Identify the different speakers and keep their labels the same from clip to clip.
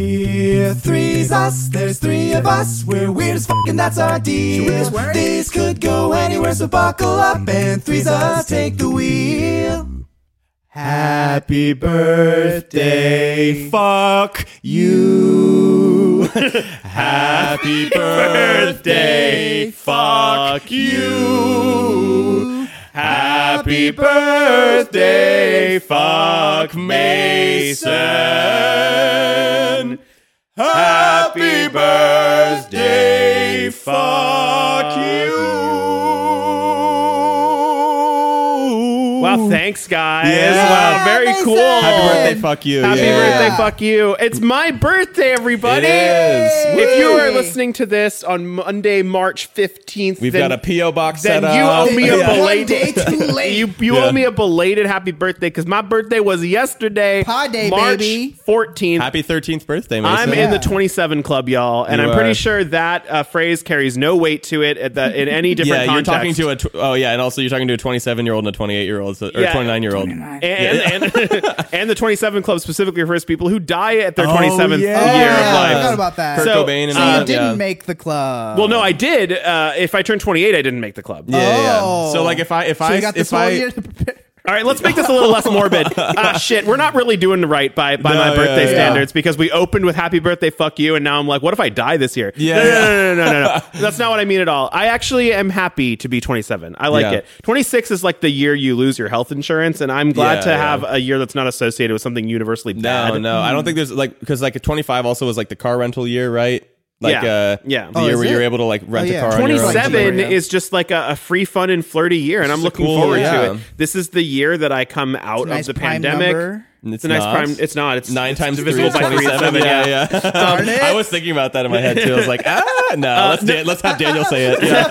Speaker 1: We're three's us, there's three of us. We're weird as fuck and that's our deal. This could go anywhere, so buckle up and three's us take the wheel. Happy birthday, fuck you. Happy birthday, fuck you. Happy birthday, fuck Mason. Happy birthday, fuck you.
Speaker 2: Wow, thanks guys.
Speaker 1: Yeah.
Speaker 2: wow, very
Speaker 1: Mason.
Speaker 2: cool.
Speaker 1: Happy birthday, fuck you.
Speaker 2: Happy
Speaker 1: yeah.
Speaker 2: birthday, fuck you. It's my birthday, everybody.
Speaker 1: It is.
Speaker 2: If you are
Speaker 3: Woo.
Speaker 2: listening to this on Monday, March 15th,
Speaker 1: We've
Speaker 2: then
Speaker 1: got a PO box
Speaker 2: then
Speaker 1: set up.
Speaker 2: you owe me a
Speaker 1: Yeah.
Speaker 2: belated
Speaker 3: One day too late.
Speaker 2: You you
Speaker 1: Yeah.
Speaker 2: owe me a belated happy birthday because my birthday was yesterday,
Speaker 3: Pod day,
Speaker 2: March
Speaker 3: baby.
Speaker 2: 14th.
Speaker 4: Happy 13th birthday, Mason.
Speaker 2: I'm in the 27 club, y'all, and
Speaker 4: You
Speaker 2: I'm pretty
Speaker 4: are.
Speaker 2: sure that uh, phrase carries no weight to it at the, in any different
Speaker 4: yeah,
Speaker 2: context.
Speaker 4: you're talking to a. Tw- oh yeah, and also you're talking to a 27 year old and a 28 year old or
Speaker 2: Yeah.
Speaker 4: 29 year old.
Speaker 2: and, and, and the 27 club specifically refers to people who die at their
Speaker 4: Oh, yeah.
Speaker 2: 27th year
Speaker 3: yeah,
Speaker 2: of
Speaker 3: I
Speaker 2: life.
Speaker 3: forgot about that.
Speaker 4: Kurt
Speaker 2: So-
Speaker 4: Cobain and
Speaker 2: so
Speaker 3: So
Speaker 4: all
Speaker 3: you
Speaker 4: that,
Speaker 3: didn't
Speaker 4: yeah.
Speaker 3: make the club.
Speaker 2: Well, no, I did. Uh, if I turned 28, I didn't make the club.
Speaker 4: Yeah, yeah, yeah.
Speaker 3: Oh.
Speaker 4: So like if I if
Speaker 3: So
Speaker 4: I
Speaker 3: you got this
Speaker 4: if
Speaker 3: whole
Speaker 4: I
Speaker 3: year to prepare.
Speaker 2: All right, let's make this a little less morbid. Ah, shit, we're not really doing right by, by
Speaker 4: No,
Speaker 2: my
Speaker 4: yeah,
Speaker 2: birthday
Speaker 4: yeah.
Speaker 2: standards because we opened with "Happy Birthday, fuck you," and now I'm like, "What if I die this year?"
Speaker 4: Yeah,
Speaker 2: no, no,
Speaker 4: yeah.
Speaker 2: no, no, no, no, no. That's not what I mean at all. I actually am happy to be 27. I like
Speaker 4: Yeah.
Speaker 2: it. 26 is like the year you lose your health insurance, and I'm glad
Speaker 4: Yeah,
Speaker 2: to
Speaker 4: yeah.
Speaker 2: have a year that's not associated with something universally bad.
Speaker 4: no no I don't think there's like because like 25 also was like the car rental year right like
Speaker 2: Yeah.
Speaker 4: uh
Speaker 2: Yeah.
Speaker 4: the
Speaker 2: Oh,
Speaker 4: year
Speaker 3: is
Speaker 4: where you're
Speaker 3: it?
Speaker 4: able to like rent
Speaker 3: Oh, yeah.
Speaker 4: a car on your own.
Speaker 2: 27
Speaker 3: Yeah.
Speaker 2: is just like a, a free, fun, and flirty year, and I'm
Speaker 4: is
Speaker 2: looking
Speaker 4: cool,
Speaker 2: forward
Speaker 4: yeah.
Speaker 2: to it. This is the year that I come out of
Speaker 3: nice
Speaker 2: the
Speaker 3: prime
Speaker 2: pandemic.
Speaker 3: number.
Speaker 2: It's a nice
Speaker 4: not.
Speaker 2: prime. It's not. It's
Speaker 4: Nine
Speaker 2: it's
Speaker 4: times
Speaker 2: divisible
Speaker 4: divisible
Speaker 2: by three and
Speaker 4: 27.
Speaker 2: seven,
Speaker 4: Yeah, yeah.
Speaker 3: Darn it.
Speaker 4: I was thinking about that in my head too. I was like, ah, no, let's,
Speaker 2: Uh,
Speaker 4: Dan- let's have Daniel say it. Yeah,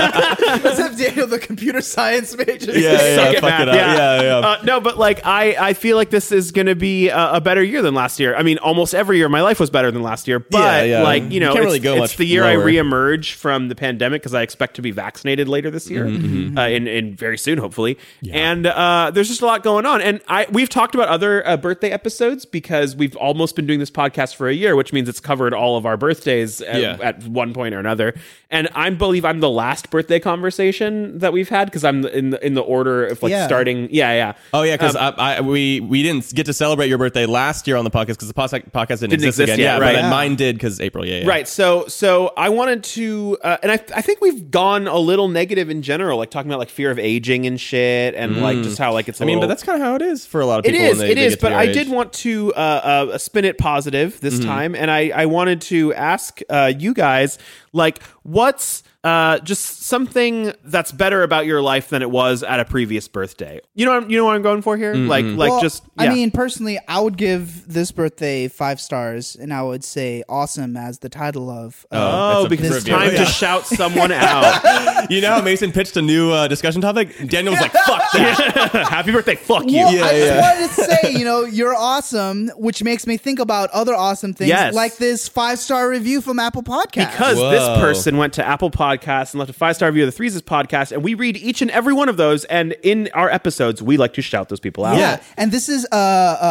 Speaker 3: Let's have Daniel, the computer science major.
Speaker 4: yeah, yeah,
Speaker 2: Suck it,
Speaker 4: fuck
Speaker 2: Matt.
Speaker 4: it up. Yeah, yeah.
Speaker 2: Uh, no, but like I, I feel like this is going to be a, a better year than last year. I mean, almost every year of my life was better than last year. But
Speaker 4: Yeah, yeah.
Speaker 2: like you
Speaker 4: You
Speaker 2: know,
Speaker 4: can't
Speaker 2: it's,
Speaker 4: really go
Speaker 2: it's
Speaker 4: much
Speaker 2: the year I
Speaker 4: lower.
Speaker 2: reemerge from the pandemic because I expect to be vaccinated later this year, uh, in, in very soon, hopefully. And uh, there's just a lot going on. And I we've talked about other uh, birthday episodes because we've almost been doing this podcast for a year, which means it's covered all of our birthdays at,
Speaker 4: Yeah.
Speaker 2: at one point or another. And I believe I'm the last birthday conversation that we've had because I'm in the, in the order of like
Speaker 3: Yeah.
Speaker 2: starting. Yeah, yeah.
Speaker 4: Oh yeah, because
Speaker 2: Um,
Speaker 4: I, I, we we didn't get to celebrate your birthday last year on the podcast because the pos- podcast didn't, exist,
Speaker 2: exist
Speaker 4: again.
Speaker 2: yet,
Speaker 4: yeah,
Speaker 2: right.
Speaker 4: but then
Speaker 2: Yeah.
Speaker 4: mine did because April. Yeah, yeah.
Speaker 2: Right. So, so I wanted to, uh, and I, I think we've gone a little negative in general, like talking about like fear of aging and shit, and like just how like it's.
Speaker 4: Mm.
Speaker 2: I
Speaker 4: I mean, but that's kind of how it is for a lot of
Speaker 2: it
Speaker 4: people.
Speaker 2: is,
Speaker 4: when they-
Speaker 2: it
Speaker 4: they
Speaker 2: is.
Speaker 4: get to
Speaker 2: But
Speaker 4: your
Speaker 2: I
Speaker 4: age. Mm-hmm.
Speaker 2: did want to uh, uh, spin it positive this time, and I, I wanted to ask uh, you guys, like, what's uh, just something that's better about your life than it was at a previous birthday. You know, what I'm, you know what I'm going for here. Like,
Speaker 4: Mm-hmm.
Speaker 2: like
Speaker 3: Well,
Speaker 2: just. Yeah.
Speaker 3: I mean, personally, I would give this birthday five stars, and I would say "awesome" as the title of. Uh,
Speaker 2: oh,
Speaker 4: It's a
Speaker 2: because it's
Speaker 4: review.
Speaker 2: time to
Speaker 4: Yeah.
Speaker 2: shout someone out.
Speaker 4: You know how Mason pitched a new uh, discussion topic? Daniel was like, "Fuck that."
Speaker 2: Happy birthday! Fuck you.
Speaker 3: well,
Speaker 4: Yeah,
Speaker 3: I
Speaker 4: yeah.
Speaker 3: just wanted to say, you know, you're awesome, which makes me think about other awesome things,
Speaker 2: Yes.
Speaker 3: like this five star review from Apple Podcasts.
Speaker 2: Because
Speaker 4: Whoa.
Speaker 2: this person went to Apple Podcasts and left a five star review of the Threeses podcast, and we read each and every one of those. And in our episodes, we like to shout those people out.
Speaker 3: yeah. and this is uh, uh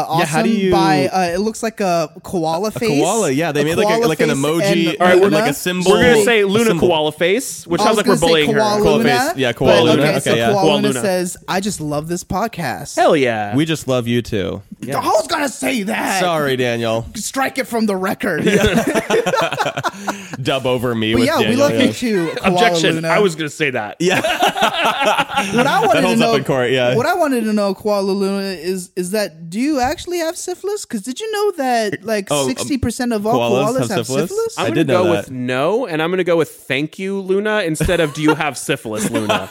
Speaker 3: awesome
Speaker 4: Yeah, how do you-
Speaker 3: by uh, it looks like a koala face.
Speaker 4: koala, yeah, they made like a-
Speaker 3: koala
Speaker 4: like an
Speaker 3: face
Speaker 4: emoji,
Speaker 3: and
Speaker 4: All right,
Speaker 2: we're-
Speaker 4: like a
Speaker 3: Luna.
Speaker 4: symbol.
Speaker 2: We're gonna say
Speaker 4: A
Speaker 2: Luna
Speaker 4: symbol.
Speaker 2: Koala Face, which
Speaker 3: I
Speaker 2: sounds
Speaker 3: was
Speaker 2: like we're
Speaker 3: gonna say
Speaker 2: bullying her.
Speaker 3: koala
Speaker 4: Koala
Speaker 3: Luna,
Speaker 4: face. Yeah,
Speaker 3: but-
Speaker 4: koala Luna.
Speaker 3: Okay, so
Speaker 4: Okay, yeah.
Speaker 3: koala,
Speaker 2: Koala
Speaker 3: Luna
Speaker 2: Luna.
Speaker 3: says, "I just love this podcast."
Speaker 2: Hell yeah!
Speaker 4: We just love you too.
Speaker 3: I was gonna say that.
Speaker 4: Sorry, Daniel.
Speaker 3: Strike it from the record.
Speaker 4: Dub over me
Speaker 3: But
Speaker 4: with
Speaker 3: yeah, we
Speaker 4: Daniel,
Speaker 3: love
Speaker 4: yeah.
Speaker 3: you too, Koala
Speaker 2: Objection.
Speaker 3: Luna.
Speaker 2: I was gonna say that. Yeah.
Speaker 3: what I wanted
Speaker 4: holds
Speaker 3: to
Speaker 4: up
Speaker 3: know,
Speaker 4: in court, yeah.
Speaker 3: What I wanted to know, Koala Luna, is is that do you actually have syphilis? Because did you know that like
Speaker 4: Oh, um,
Speaker 3: sixty percent of all
Speaker 4: koalas
Speaker 3: koalas,
Speaker 4: have
Speaker 3: have syphilis?
Speaker 4: syphilis?
Speaker 2: I'm
Speaker 4: I
Speaker 2: gonna
Speaker 4: did know
Speaker 2: go
Speaker 4: that.
Speaker 2: with no, and I'm gonna go with thank you, Luna, instead of do you have syphilis, Luna?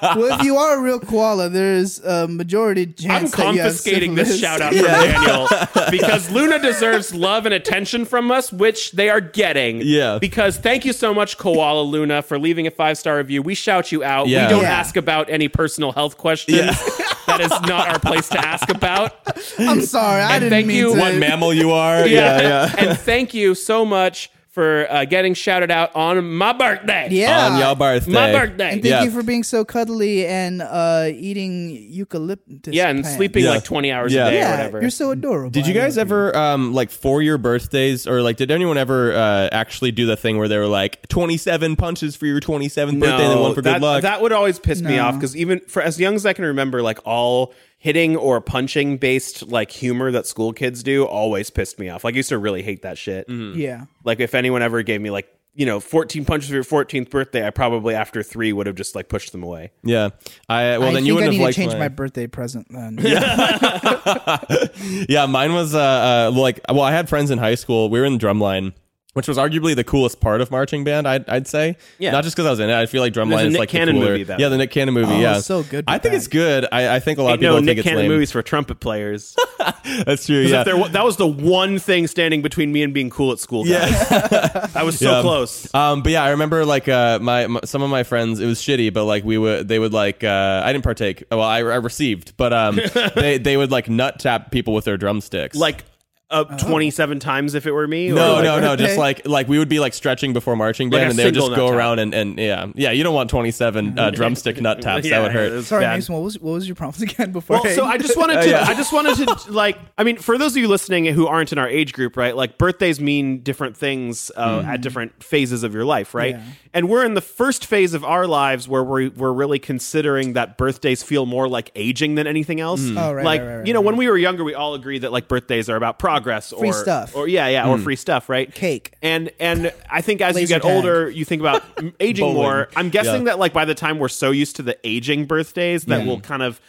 Speaker 3: well, if you are a real koala, there's a majority
Speaker 2: I'm
Speaker 3: chance that you have
Speaker 2: confiscating
Speaker 3: syphilis.
Speaker 2: this shout out from Daniel because Luna deserves love and attention from us, which they are getting.
Speaker 4: Yeah.
Speaker 2: Because thank you so much, Koala Luna, for leaving a five star review. We shout you out.
Speaker 4: Yeah.
Speaker 2: We don't
Speaker 3: Yeah.
Speaker 2: ask about any personal health questions. that is not our place to ask about.
Speaker 3: I'm sorry, I
Speaker 2: And
Speaker 3: didn't
Speaker 2: thank
Speaker 3: mean
Speaker 2: you.
Speaker 3: to.
Speaker 4: What mammal you are? yeah, yeah.
Speaker 2: and thank you so much for uh, getting shouted out on my birthday.
Speaker 3: Yeah.
Speaker 4: on your birthday.
Speaker 2: My birthday.
Speaker 3: And thank
Speaker 4: Yeah.
Speaker 3: you for being so cuddly and uh, eating eucalyptus.
Speaker 2: yeah, and
Speaker 3: plants.
Speaker 2: sleeping
Speaker 4: Yeah.
Speaker 2: like 20 hours
Speaker 4: Yeah.
Speaker 2: a day
Speaker 3: Yeah,
Speaker 2: or whatever.
Speaker 3: you're so adorable.
Speaker 4: Did you
Speaker 3: I
Speaker 4: guys
Speaker 3: love
Speaker 4: ever um like for your birthdays or like did anyone ever uh, actually do the thing where they were like 27 punches for your 27th birthday and then one for
Speaker 2: that,
Speaker 4: good luck?
Speaker 2: That would always piss me
Speaker 3: No.
Speaker 2: off because even for as young as I can remember, like all hitting or punching based like humor that school kids do always pissed me off. Like I used to really hate that shit.
Speaker 4: Mm-hmm.
Speaker 3: Yeah.
Speaker 2: Like if anyone ever gave me like you know 14 punches for your 14th birthday, I probably after three would have just like pushed them away.
Speaker 4: yeah. I uh, well
Speaker 3: I
Speaker 4: then
Speaker 3: think
Speaker 4: you
Speaker 3: I
Speaker 4: wouldn't
Speaker 3: need
Speaker 4: have liked
Speaker 3: to change
Speaker 4: mine.
Speaker 3: my birthday present then.
Speaker 4: Yeah, mine was uh, uh like well, I had friends in high school. We were in drumline, which was arguably the coolest part of marching band. I'd, I'd say,
Speaker 2: Yeah.
Speaker 4: not just because I was in it. I feel like drumline
Speaker 2: a
Speaker 4: is
Speaker 2: Nick
Speaker 4: like
Speaker 2: Cannon
Speaker 4: the cooler.
Speaker 2: movie about
Speaker 4: yeah, the Nick Cannon movie.
Speaker 3: Oh,
Speaker 4: yeah,
Speaker 3: so good
Speaker 4: I
Speaker 3: with
Speaker 4: think
Speaker 3: that.
Speaker 4: it's good. I, I think a lot of
Speaker 2: Ain't
Speaker 4: people
Speaker 2: no
Speaker 4: think
Speaker 2: Nick
Speaker 4: it's
Speaker 2: Cannon
Speaker 4: lame.
Speaker 2: movies for trumpet players. 'Cause
Speaker 4: That's true.
Speaker 2: if
Speaker 4: Yeah.
Speaker 2: there, wa- that was the one thing standing between me and being cool at school. guys. I was so
Speaker 4: Yeah.
Speaker 2: close.
Speaker 4: Um, but yeah, I remember like uh, my, my some of my friends. It was shitty, but like we would they would like uh, I didn't partake. Well, I, I received, but um, they they would like nut tap people with their drumsticks.
Speaker 2: Like up
Speaker 3: Oh.
Speaker 2: 27 times if it were me. or
Speaker 4: No,
Speaker 2: like-
Speaker 4: no, no. Just
Speaker 3: Okay.
Speaker 4: like like we would be like stretching before marching
Speaker 2: Like
Speaker 4: band,
Speaker 2: a
Speaker 4: and they would
Speaker 2: single
Speaker 4: just go
Speaker 2: nut tap.
Speaker 4: around and, and yeah, yeah. You don't want twenty seven uh, drumstick nut taps.
Speaker 2: Yeah,
Speaker 4: that would hurt.
Speaker 2: it's
Speaker 3: Sorry,
Speaker 2: bad.
Speaker 3: Mason. What was what was your prompt again before?
Speaker 2: Well, so I just wanted to,
Speaker 4: Yeah.
Speaker 2: I just wanted to, like, I mean, for those of you listening who aren't in our age group, right? Like, birthdays mean different things uh, at different phases of your life, right?
Speaker 3: Yeah.
Speaker 2: And we're in the first phase of our lives where we're we're really considering that birthdays feel more like aging than anything else.
Speaker 3: Oh, right,
Speaker 2: like,
Speaker 3: right, right, right,
Speaker 2: you know,
Speaker 3: right.
Speaker 2: when we were younger, we all agreed that like birthdays are about progress or
Speaker 3: Free stuff.
Speaker 2: or yeah, yeah, or free stuff, right?
Speaker 3: Cake.
Speaker 2: And and I think as you
Speaker 3: Laser
Speaker 2: get
Speaker 3: tag.
Speaker 2: older, you think about aging
Speaker 4: Bowling.
Speaker 2: more. I'm guessing
Speaker 4: Yeah.
Speaker 2: that like by the time we're so used to the aging birthdays that we'll kind of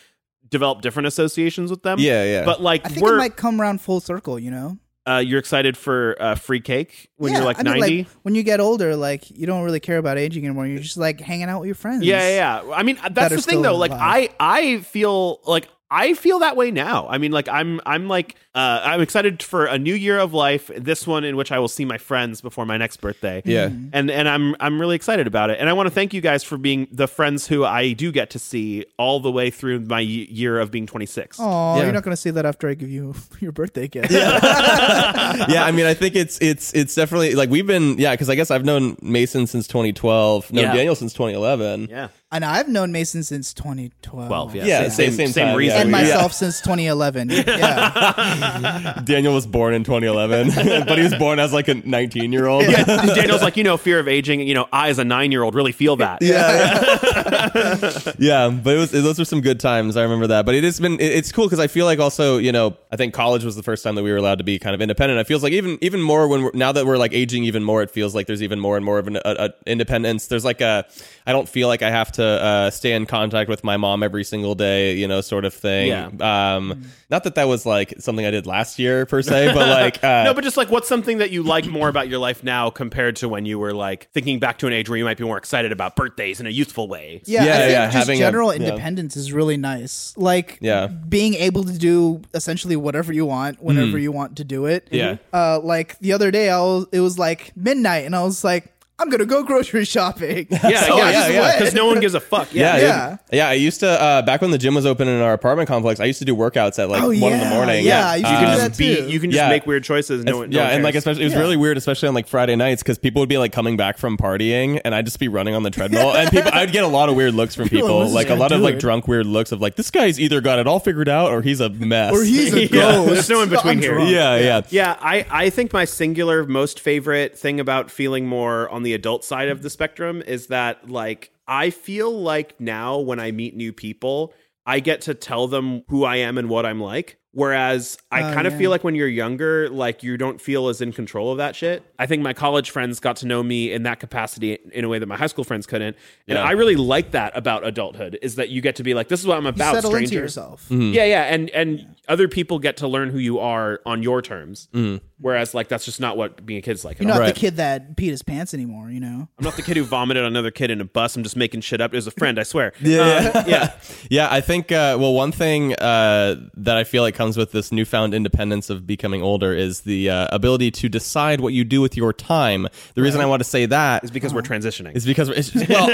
Speaker 2: develop different associations with them.
Speaker 4: Hmm. Yeah, yeah.
Speaker 2: But like
Speaker 3: I think
Speaker 2: we're
Speaker 3: it might come around full circle. You know,
Speaker 2: uh, you're excited for uh, free cake when
Speaker 3: Yeah,
Speaker 2: you're like
Speaker 3: I mean,
Speaker 2: 90.
Speaker 3: when you get older, like you don't really care about aging anymore. You're just like hanging out with your friends.
Speaker 2: yeah, yeah, yeah. I mean that's
Speaker 3: That are
Speaker 2: the thing
Speaker 3: still
Speaker 2: though. Like
Speaker 3: alive.
Speaker 2: I I feel like I feel that way now. I mean like I'm I'm like uh, I'm excited for a new year of life, this one in which I will see my friends before my next birthday.
Speaker 4: Yeah.
Speaker 2: and and I'm I'm really excited about it. And I want to thank you guys for being the friends who I do get to see all the way through my y- year of being 26.
Speaker 3: Oh,
Speaker 4: Yeah.
Speaker 3: you're not gonna say that after I give you your birthday gift.
Speaker 4: yeah, I mean, I think it's it's it's definitely like we've been yeah, because I guess I've known Mason since twenty twelve, known
Speaker 2: Yeah.
Speaker 4: Daniel since twenty eleven.
Speaker 2: Yeah.
Speaker 3: And I've known Mason since 2012.
Speaker 2: Twelve, yeah.
Speaker 4: Yeah,
Speaker 2: Same-
Speaker 4: same
Speaker 2: same
Speaker 4: same, time,
Speaker 2: reason.
Speaker 4: yeah.
Speaker 3: And
Speaker 4: We-
Speaker 3: myself since 2011. Yeah.
Speaker 4: yeah. Daniel was born in 2011, but he was born as like a 19 year old.
Speaker 2: Daniel's like, you know, fear of aging. You know, I as a nine year old really feel that.
Speaker 4: yeah but it was those were some good times i remember that but it has been it- it's cool because i feel like also you know i think college was the first time that we were allowed to be kind of independent it feels like even even more when we're now that we're like aging even more it feels like there's even more and more of an a, a independence there's like a i don't feel like i have to uh, stay in contact with my mom every single day you know sort of thing
Speaker 2: Yeah.
Speaker 4: um not that that was like something i did last year per se but like uh,
Speaker 2: No, but just like, what's something that you like more about your life now compared to when you were like thinking back to an age where you might be more excited about birthdays in a youthful way?
Speaker 3: Yeah,
Speaker 4: Yeah,
Speaker 3: I think
Speaker 4: yeah,
Speaker 3: just
Speaker 4: having a-
Speaker 3: general
Speaker 4: yeah.
Speaker 3: independence is really nice. Like
Speaker 4: Yeah.
Speaker 3: being able to do essentially whatever you want whenever you want to do it.
Speaker 4: Mm. Yeah.
Speaker 3: Uh, like the other day I was, it was like midnight and I was like I'm going to go grocery shopping.
Speaker 2: Yeah,
Speaker 3: So I
Speaker 2: yeah,
Speaker 3: just
Speaker 2: yeah,
Speaker 3: went.
Speaker 2: Because no one gives a fuck. Yeah.
Speaker 4: Yeah,
Speaker 3: Yeah.
Speaker 4: yeah, yeah. I used to uh, back when the gym was open in our apartment complex. I used to do workouts at like
Speaker 3: Oh,
Speaker 4: one in the
Speaker 3: yeah,
Speaker 4: morning.
Speaker 3: yeah, I used to
Speaker 2: You
Speaker 3: do
Speaker 2: can
Speaker 3: that
Speaker 2: just Um, be,
Speaker 3: too.
Speaker 2: you can just
Speaker 4: Yeah.
Speaker 2: make weird choices. No, one- no
Speaker 4: yeah,
Speaker 2: one
Speaker 4: and like
Speaker 2: cares.
Speaker 4: especially it was
Speaker 3: Yeah.
Speaker 4: really weird, especially on like Friday nights, because people would be like coming back from partying, and I'd just be running on the treadmill, and people I'd get a lot of weird looks from
Speaker 3: People,
Speaker 4: people,
Speaker 3: what is
Speaker 4: like a
Speaker 3: this guy
Speaker 4: lot of like
Speaker 3: doing?
Speaker 4: drunk weird looks of like this guy's either got it all figured out or he's a mess,
Speaker 3: Or he's a
Speaker 2: Yeah.
Speaker 3: ghost.
Speaker 2: There's no in between
Speaker 3: I'm
Speaker 2: here.
Speaker 3: drunk.
Speaker 4: yeah, yeah,
Speaker 2: Yeah, I, I think my singular most favorite thing about feeling more on the adult side of the spectrum is that like I feel like now when I meet new people, I get to tell them who I am and what I'm like. Whereas I
Speaker 3: Oh,
Speaker 2: kind of
Speaker 3: yeah.
Speaker 2: feel like when you're younger, like you don't feel as in control of that shit. I think my college friends got to know me in that capacity in a way that my high school friends couldn't. And
Speaker 4: Yeah.
Speaker 2: I really like that about adulthood is that you get to be like, this is what I'm
Speaker 3: You
Speaker 2: about,
Speaker 3: settle
Speaker 2: stranger.
Speaker 3: into yourself.
Speaker 4: Mm,
Speaker 2: Yeah, yeah, and and other people get to learn who you are on your terms,
Speaker 4: Mm.
Speaker 2: whereas like that's just not what being a kid's like. at
Speaker 3: You're
Speaker 2: all.
Speaker 3: not
Speaker 4: Right.
Speaker 3: the kid that peed his pants anymore, you know.
Speaker 2: I'm not the kid who vomited on another kid in a bus. I'm just making shit up. It was a friend, I swear.
Speaker 4: Yeah.
Speaker 2: Uh, yeah.
Speaker 4: yeah. I think uh, well, one thing uh, that I feel like comes comes with this newfound independence of becoming older is the uh, ability to decide what you do with your time. The reason I want to say that is
Speaker 2: because we're transitioning.
Speaker 4: because it's just, well,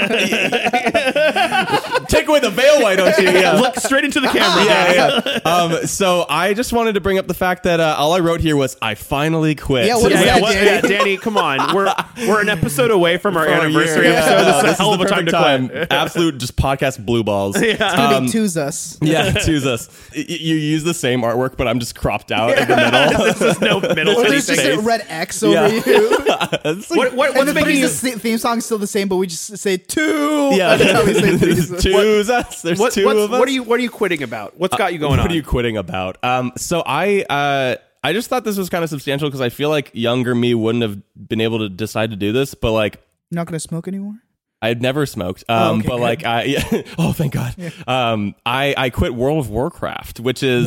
Speaker 4: take away the veil, why don't you? Yeah.
Speaker 2: Look straight into the camera.
Speaker 4: yeah, yeah. Um, so I just wanted to bring up the fact that uh, all I wrote here was I finally quit.
Speaker 3: Yeah, what is
Speaker 2: Yeah,
Speaker 3: that,
Speaker 2: what-
Speaker 3: Danny?
Speaker 2: yeah, Danny, come on. We're we're an episode away from our
Speaker 4: For a
Speaker 2: anniversary
Speaker 4: year.
Speaker 2: episode.
Speaker 4: Yeah,
Speaker 2: this is
Speaker 4: no,
Speaker 2: a hell of a
Speaker 4: the
Speaker 2: time to
Speaker 4: perfect
Speaker 2: quit.
Speaker 4: Absolute just podcast blue balls. Um,
Speaker 3: It's gonna be twos us.
Speaker 4: Yeah, choose us. Y- y- You use the same artwork, but I'm just cropped out in the middle.
Speaker 2: this is no middle
Speaker 3: Or
Speaker 2: city
Speaker 3: there's just
Speaker 2: space.
Speaker 3: a red X over
Speaker 4: Yeah.
Speaker 3: you.
Speaker 4: It's like-
Speaker 2: What, what,
Speaker 3: and
Speaker 2: what's
Speaker 3: the, funny
Speaker 2: making you,
Speaker 3: is the s- theme song's still the same, but we just say two.
Speaker 4: yeah,
Speaker 3: That's how we say threes.
Speaker 4: choose us. There's
Speaker 2: what,
Speaker 4: two
Speaker 2: what's-
Speaker 4: of us. Uh,
Speaker 2: what are you what are you quitting about? What's got you going
Speaker 4: what
Speaker 2: on?
Speaker 4: are you quitting about? Um, so I uh, I just thought this was kind of substantial because I feel like younger me wouldn't have been able to decide to do this, but like
Speaker 3: You're not gonna smoke anymore.
Speaker 4: I had never smoked,
Speaker 2: Oh,
Speaker 4: um,
Speaker 3: okay,
Speaker 4: but
Speaker 3: good.
Speaker 4: like I yeah, oh thank God, um, I I quit World of Warcraft, which is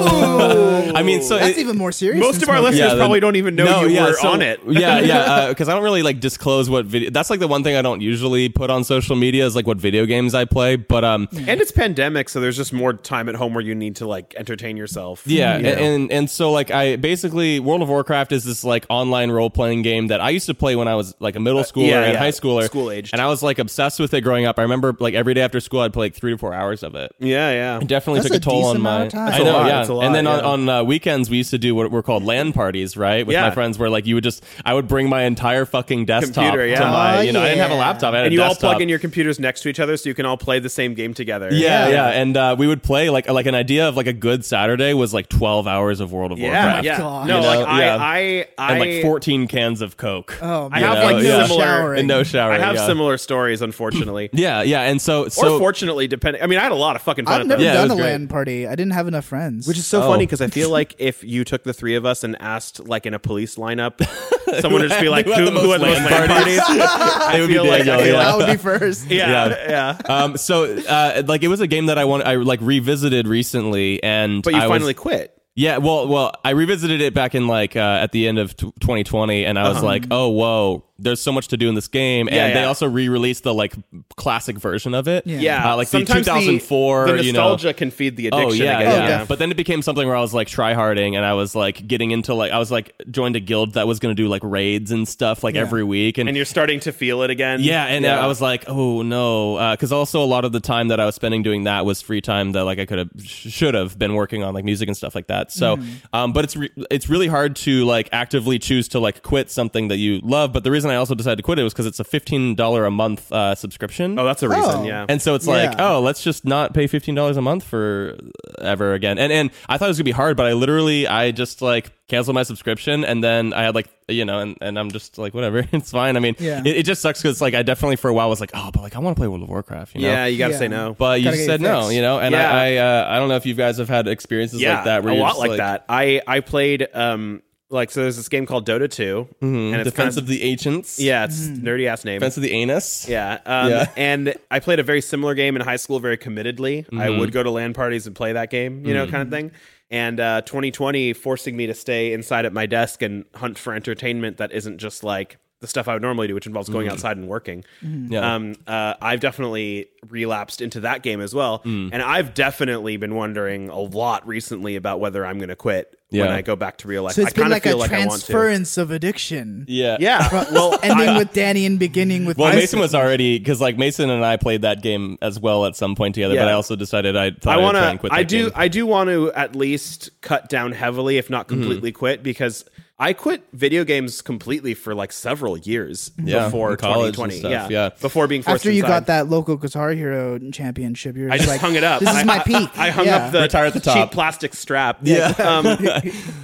Speaker 3: Whoa.
Speaker 4: uh, I mean so
Speaker 3: Oh, That's
Speaker 4: Uh, it-
Speaker 3: even more serious.
Speaker 2: Most
Speaker 3: than
Speaker 2: of our
Speaker 3: smoking.
Speaker 2: listeners
Speaker 4: then-
Speaker 2: probably don't even know
Speaker 4: No,
Speaker 2: you
Speaker 4: yeah,
Speaker 2: were
Speaker 4: so-
Speaker 2: on it.
Speaker 4: yeah, yeah, because I don't really like disclose what video. That's like the one thing I don't usually put on social media is like what video games I play. But um,
Speaker 2: And it's pandemic, so there's just more time at home where you need to like entertain yourself.
Speaker 4: Yeah,
Speaker 2: You know?
Speaker 4: and, and and so like I basically World of Warcraft is this like online role playing game that I used to play when I was like a middle schooler
Speaker 2: Uh, yeah,
Speaker 4: and
Speaker 2: yeah,
Speaker 4: high schooler,
Speaker 2: school-aged.
Speaker 4: and I was like obsessed with it growing up. I remember like every day after school I'd play like three to four hours of it.
Speaker 2: yeah,
Speaker 4: It definitely
Speaker 3: That's
Speaker 4: took a
Speaker 3: a
Speaker 4: toll
Speaker 3: decent
Speaker 4: on my.
Speaker 3: amount of time.
Speaker 4: I
Speaker 3: That's a
Speaker 4: know,
Speaker 2: lot,
Speaker 4: yeah.
Speaker 2: that's a lot,
Speaker 4: and then
Speaker 2: yeah.
Speaker 4: on, on uh, weekends we used to do what were called land parties, right? With
Speaker 2: Yeah.
Speaker 4: my friends, where like you would just I would bring my entire fucking desktop
Speaker 2: Computer, yeah.
Speaker 4: to my.
Speaker 3: Oh,
Speaker 4: You know, I didn't have a
Speaker 3: yeah.
Speaker 4: laptop. I had
Speaker 2: And
Speaker 4: a
Speaker 2: you
Speaker 4: desktop.
Speaker 2: all plug in your computers next to each other so you can all play the same game together.
Speaker 4: Yeah, yeah, and uh, we would play like like an idea of like a good Saturday was like twelve hours of World of
Speaker 2: Yeah, Oh
Speaker 4: Warcraft.
Speaker 2: yeah.
Speaker 3: God.
Speaker 2: No,
Speaker 4: You
Speaker 2: like
Speaker 4: know,
Speaker 2: I,
Speaker 4: yeah.
Speaker 2: I, I,
Speaker 4: and like 14 cans of Coke.
Speaker 3: Oh,
Speaker 2: I
Speaker 3: man.
Speaker 2: have
Speaker 4: Yeah,
Speaker 2: like
Speaker 4: yeah.
Speaker 2: similar.
Speaker 3: Showering.
Speaker 4: and no shower.
Speaker 2: I have
Speaker 4: yeah.
Speaker 2: similar stories, unfortunately,
Speaker 4: Yeah, yeah, and so
Speaker 2: or
Speaker 4: so
Speaker 2: fortunately, depending. I mean, I had a lot of fucking fun.
Speaker 3: I've
Speaker 2: at
Speaker 3: never
Speaker 2: those.
Speaker 4: Yeah, it
Speaker 3: done
Speaker 4: was
Speaker 3: a
Speaker 4: great.
Speaker 3: land party. I didn't have enough friends.
Speaker 2: Which is so
Speaker 4: Oh.
Speaker 2: funny because I feel like if you took the three of us and asked, like in a police lineup, someone would just be like, "Who,
Speaker 4: had the
Speaker 2: who had the most land parties?"
Speaker 4: it would be
Speaker 2: feel like-
Speaker 4: Daniel,
Speaker 2: I feel
Speaker 4: yeah.
Speaker 3: that would be first.
Speaker 2: yeah, yeah,
Speaker 4: Yeah. um, so uh, like it was a game that I want I like revisited recently, and
Speaker 2: But you
Speaker 4: I was-
Speaker 2: finally quit.
Speaker 4: yeah, well, well, I revisited it back in like uh, at the end of t- 2020, and I was like, oh, whoa, there's so much to do in this game, and
Speaker 2: Uh-huh. Yeah,
Speaker 4: they
Speaker 2: yeah.
Speaker 4: also re-released the like classic version of it,
Speaker 3: Yeah.
Speaker 2: Yeah,
Speaker 4: uh, like
Speaker 2: Sometimes
Speaker 4: the 2004,
Speaker 2: The,
Speaker 4: you know,
Speaker 2: nostalgia can feed the addiction.
Speaker 4: Oh yeah,
Speaker 2: I guess.
Speaker 4: yeah.
Speaker 3: yeah.
Speaker 4: But then it became something where I was like try harding, and I was like getting into like I was like joined a guild that was going to do like raids and stuff like every week, and,
Speaker 2: And you're starting to feel it again.
Speaker 4: yeah, and uh, I was like, oh no, because also a lot of the time that I was spending doing that was free time that like I could have sh- should have been working on like music and stuff like that. So, um, but it's re- it's really hard to like actively choose to like quit something that you love. But the reason I also decided to quit it was because it's a fifteen dollar a month uh, subscription.
Speaker 2: oh, that's a reason.
Speaker 3: Oh.
Speaker 2: Yeah,
Speaker 4: And so it's like,
Speaker 3: Yeah.
Speaker 4: oh, let's just not pay fifteen dollars a month for ever again. And and I thought it was gonna be hard, but I literally I just like canceled my subscription, and then I had like you know, and, and I'm just like whatever, it's fine. I mean,
Speaker 3: Yeah.
Speaker 4: it, it just sucks because like I definitely for a while was like, oh, but like I want to play World of Warcraft, you know.
Speaker 2: yeah, you got to
Speaker 3: Yeah.
Speaker 2: say no.
Speaker 4: But you
Speaker 3: Gotta
Speaker 4: just
Speaker 3: get
Speaker 4: said
Speaker 3: it
Speaker 4: no,
Speaker 3: fixed.
Speaker 4: you know. And
Speaker 2: Yeah.
Speaker 4: I I, uh, I don't know if you guys have had experiences like that. Where
Speaker 2: a
Speaker 4: you're
Speaker 2: lot
Speaker 4: just
Speaker 2: like, that. I I played um like so there's this game called Dota 2
Speaker 4: Mm-hmm.
Speaker 2: and it's
Speaker 4: Defense
Speaker 2: kind of,
Speaker 4: of the ancients.
Speaker 2: yeah, it's nerdy ass name.
Speaker 4: Defense of the anus.
Speaker 2: Yeah, um,
Speaker 4: Yeah.
Speaker 2: and I played a very similar game in high school, very committedly. I
Speaker 4: Mm-hmm.
Speaker 2: would go to LAN parties and play that game, you know, kind of thing. And uh, 2020 forcing me to stay inside at my desk and hunt for entertainment that isn't just like the stuff I would normally do, which involves going
Speaker 4: Mm-hmm.
Speaker 2: outside and working.
Speaker 4: Yeah.
Speaker 2: Um, uh, I've definitely relapsed into that game as well,
Speaker 4: Mm.
Speaker 2: and I've definitely been wondering a lot recently about whether I'm going to quit when
Speaker 4: Yeah.
Speaker 2: I go back to real life.
Speaker 3: So
Speaker 2: I
Speaker 3: it's been
Speaker 2: kind of
Speaker 3: like a
Speaker 2: feel like I want to.
Speaker 3: transference of addiction.
Speaker 4: Yeah.
Speaker 2: Yeah, well,
Speaker 3: ending
Speaker 2: I-
Speaker 3: with Danny and beginning with.
Speaker 4: Well,
Speaker 3: Isaac.
Speaker 4: Mason was already because like Mason and I played that game as well at some point together.
Speaker 2: Yeah.
Speaker 4: But I also decided I thought
Speaker 2: I
Speaker 4: I want
Speaker 2: want
Speaker 4: to. Quit
Speaker 2: to.
Speaker 4: that
Speaker 2: I do.
Speaker 4: game.
Speaker 2: I do want to at least cut down heavily, if
Speaker 4: Mm-hmm.
Speaker 2: not completely quit, because I quit video games completely for like several years
Speaker 4: Yeah,
Speaker 2: before
Speaker 4: in college
Speaker 2: 2020.
Speaker 4: and stuff,
Speaker 2: yeah.
Speaker 4: yeah.
Speaker 2: before being forced
Speaker 3: after you
Speaker 2: inside.
Speaker 3: got that local Guitar Hero championship. You're
Speaker 2: I
Speaker 3: just
Speaker 2: just
Speaker 3: like,
Speaker 2: hung it up.
Speaker 3: This
Speaker 2: I-
Speaker 3: is my
Speaker 2: I-
Speaker 3: peak.
Speaker 2: I, hung
Speaker 3: Yeah.
Speaker 2: up the
Speaker 4: Retire at the
Speaker 2: cheap
Speaker 4: top.
Speaker 2: plastic strap. Yeah, um,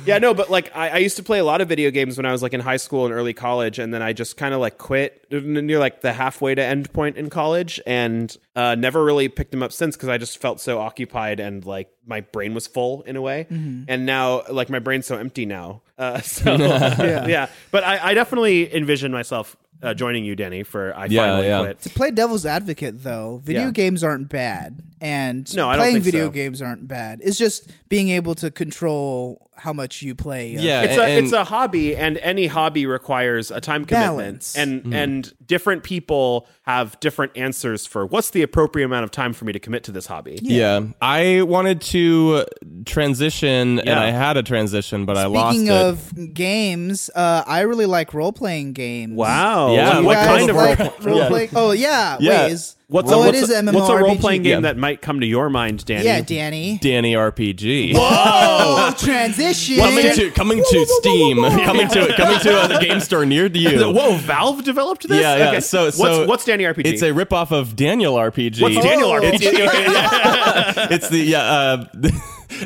Speaker 2: yeah, no, but like I, I used to play a lot of video games when I was like in high school and early college, and then I just kind of like quit near like the halfway to end point in college, and uh, never really picked them up since because I just felt so occupied and like my brain was full in a way,
Speaker 3: Mm-hmm.
Speaker 2: and now like my brain's so empty now. Uh, so yeah. but I, I definitely envision myself uh, joining you, Danny, for I
Speaker 4: Yeah,
Speaker 2: finally
Speaker 4: yeah.
Speaker 2: quit.
Speaker 3: to play devil's advocate though video
Speaker 2: Yeah.
Speaker 3: games aren't bad and
Speaker 2: No, I don't
Speaker 3: playing
Speaker 2: think
Speaker 3: video
Speaker 2: so.
Speaker 3: games aren't bad it's just being able to control how much you play uh,
Speaker 4: Yeah,
Speaker 2: it's
Speaker 4: and-
Speaker 2: a it's
Speaker 4: and-
Speaker 2: a hobby, and any hobby requires a time commitment.
Speaker 4: Hmm.
Speaker 3: Balance.
Speaker 2: And and different people have different answers for what's the appropriate amount of time for me to commit to this hobby.
Speaker 4: Yeah. I wanted to transition, and
Speaker 2: Yeah.
Speaker 4: I had a transition, but I lost
Speaker 3: Speaking
Speaker 4: it.
Speaker 3: of games, uh, I really like role playing games.
Speaker 2: Wow.
Speaker 4: Yeah,
Speaker 2: What,
Speaker 3: You
Speaker 2: what
Speaker 3: guys
Speaker 2: kind of role?
Speaker 3: like role-playing- Oh yeah,
Speaker 4: Yeah.
Speaker 3: wait, is-
Speaker 2: What's
Speaker 3: oh,
Speaker 2: a,
Speaker 3: it
Speaker 2: what's
Speaker 3: is
Speaker 2: a,
Speaker 3: MMORPG.
Speaker 2: what's a role playing game
Speaker 4: Yeah.
Speaker 2: that might come to your mind, Danny?
Speaker 3: Yeah, Danny.
Speaker 4: Danny RPG.
Speaker 3: Oh, transition.
Speaker 4: Coming to coming to Steam, coming to coming to a game store near you.
Speaker 2: Whoa, Valve developed this?
Speaker 4: Yeah, yeah. So, so
Speaker 2: what's, what's Danny RPG?
Speaker 4: It's a ripoff of Daniel RPG.
Speaker 2: What's Daniel
Speaker 3: Oh.
Speaker 2: RPG?
Speaker 4: it's the yeah. Uh,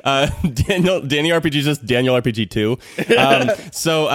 Speaker 4: Uh, Daniel, Danny RPG is just Daniel RPG two. Um, so uh, uh,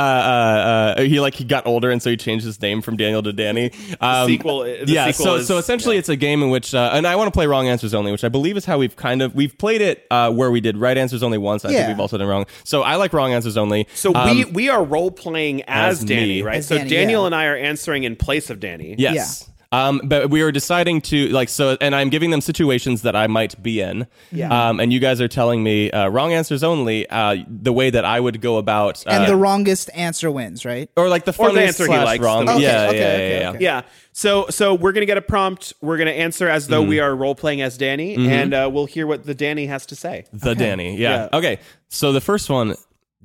Speaker 4: uh, he like he got older, and so he changed his name from Daniel to Danny. Um,
Speaker 2: sequel- the
Speaker 4: yeah.
Speaker 2: sequel
Speaker 4: so
Speaker 2: is-
Speaker 4: so essentially, it's a game in which, uh, and I want to play wrong answers only, which I believe is how we've kind of we've played it uh, where we did right answers only once. I think
Speaker 3: Yeah.
Speaker 4: we've also done wrong. So I like wrong answers only.
Speaker 2: so
Speaker 4: Um,
Speaker 2: we we are role playing as,
Speaker 4: as me.
Speaker 2: Danny, right?
Speaker 3: As
Speaker 2: so
Speaker 3: Danny,
Speaker 2: Daniel
Speaker 3: yeah.
Speaker 2: and I are answering in place of Danny.
Speaker 4: Yes. Um, but we are deciding to like so, and I'm giving them situations that I might be in. Yeah. Um, and you guys are telling me uh, wrong answers only. Uh, the way that I would go about uh,
Speaker 3: and the wrongest answer wins, right?
Speaker 4: or like the
Speaker 2: Or the
Speaker 4: funniest
Speaker 2: answer he
Speaker 4: slash
Speaker 2: likes the
Speaker 4: wrong.
Speaker 2: most.
Speaker 4: yeah,
Speaker 3: Okay,
Speaker 4: yeah,
Speaker 3: okay,
Speaker 4: yeah, yeah.
Speaker 3: okay, okay.
Speaker 2: Yeah. So so we're gonna get a prompt. We're gonna answer as though
Speaker 4: Mm.
Speaker 2: we are role playing as Danny,
Speaker 4: Mm-hmm.
Speaker 2: and uh, we'll hear what the Danny has to say.
Speaker 4: The Danny. Yeah. Okay. So the first one,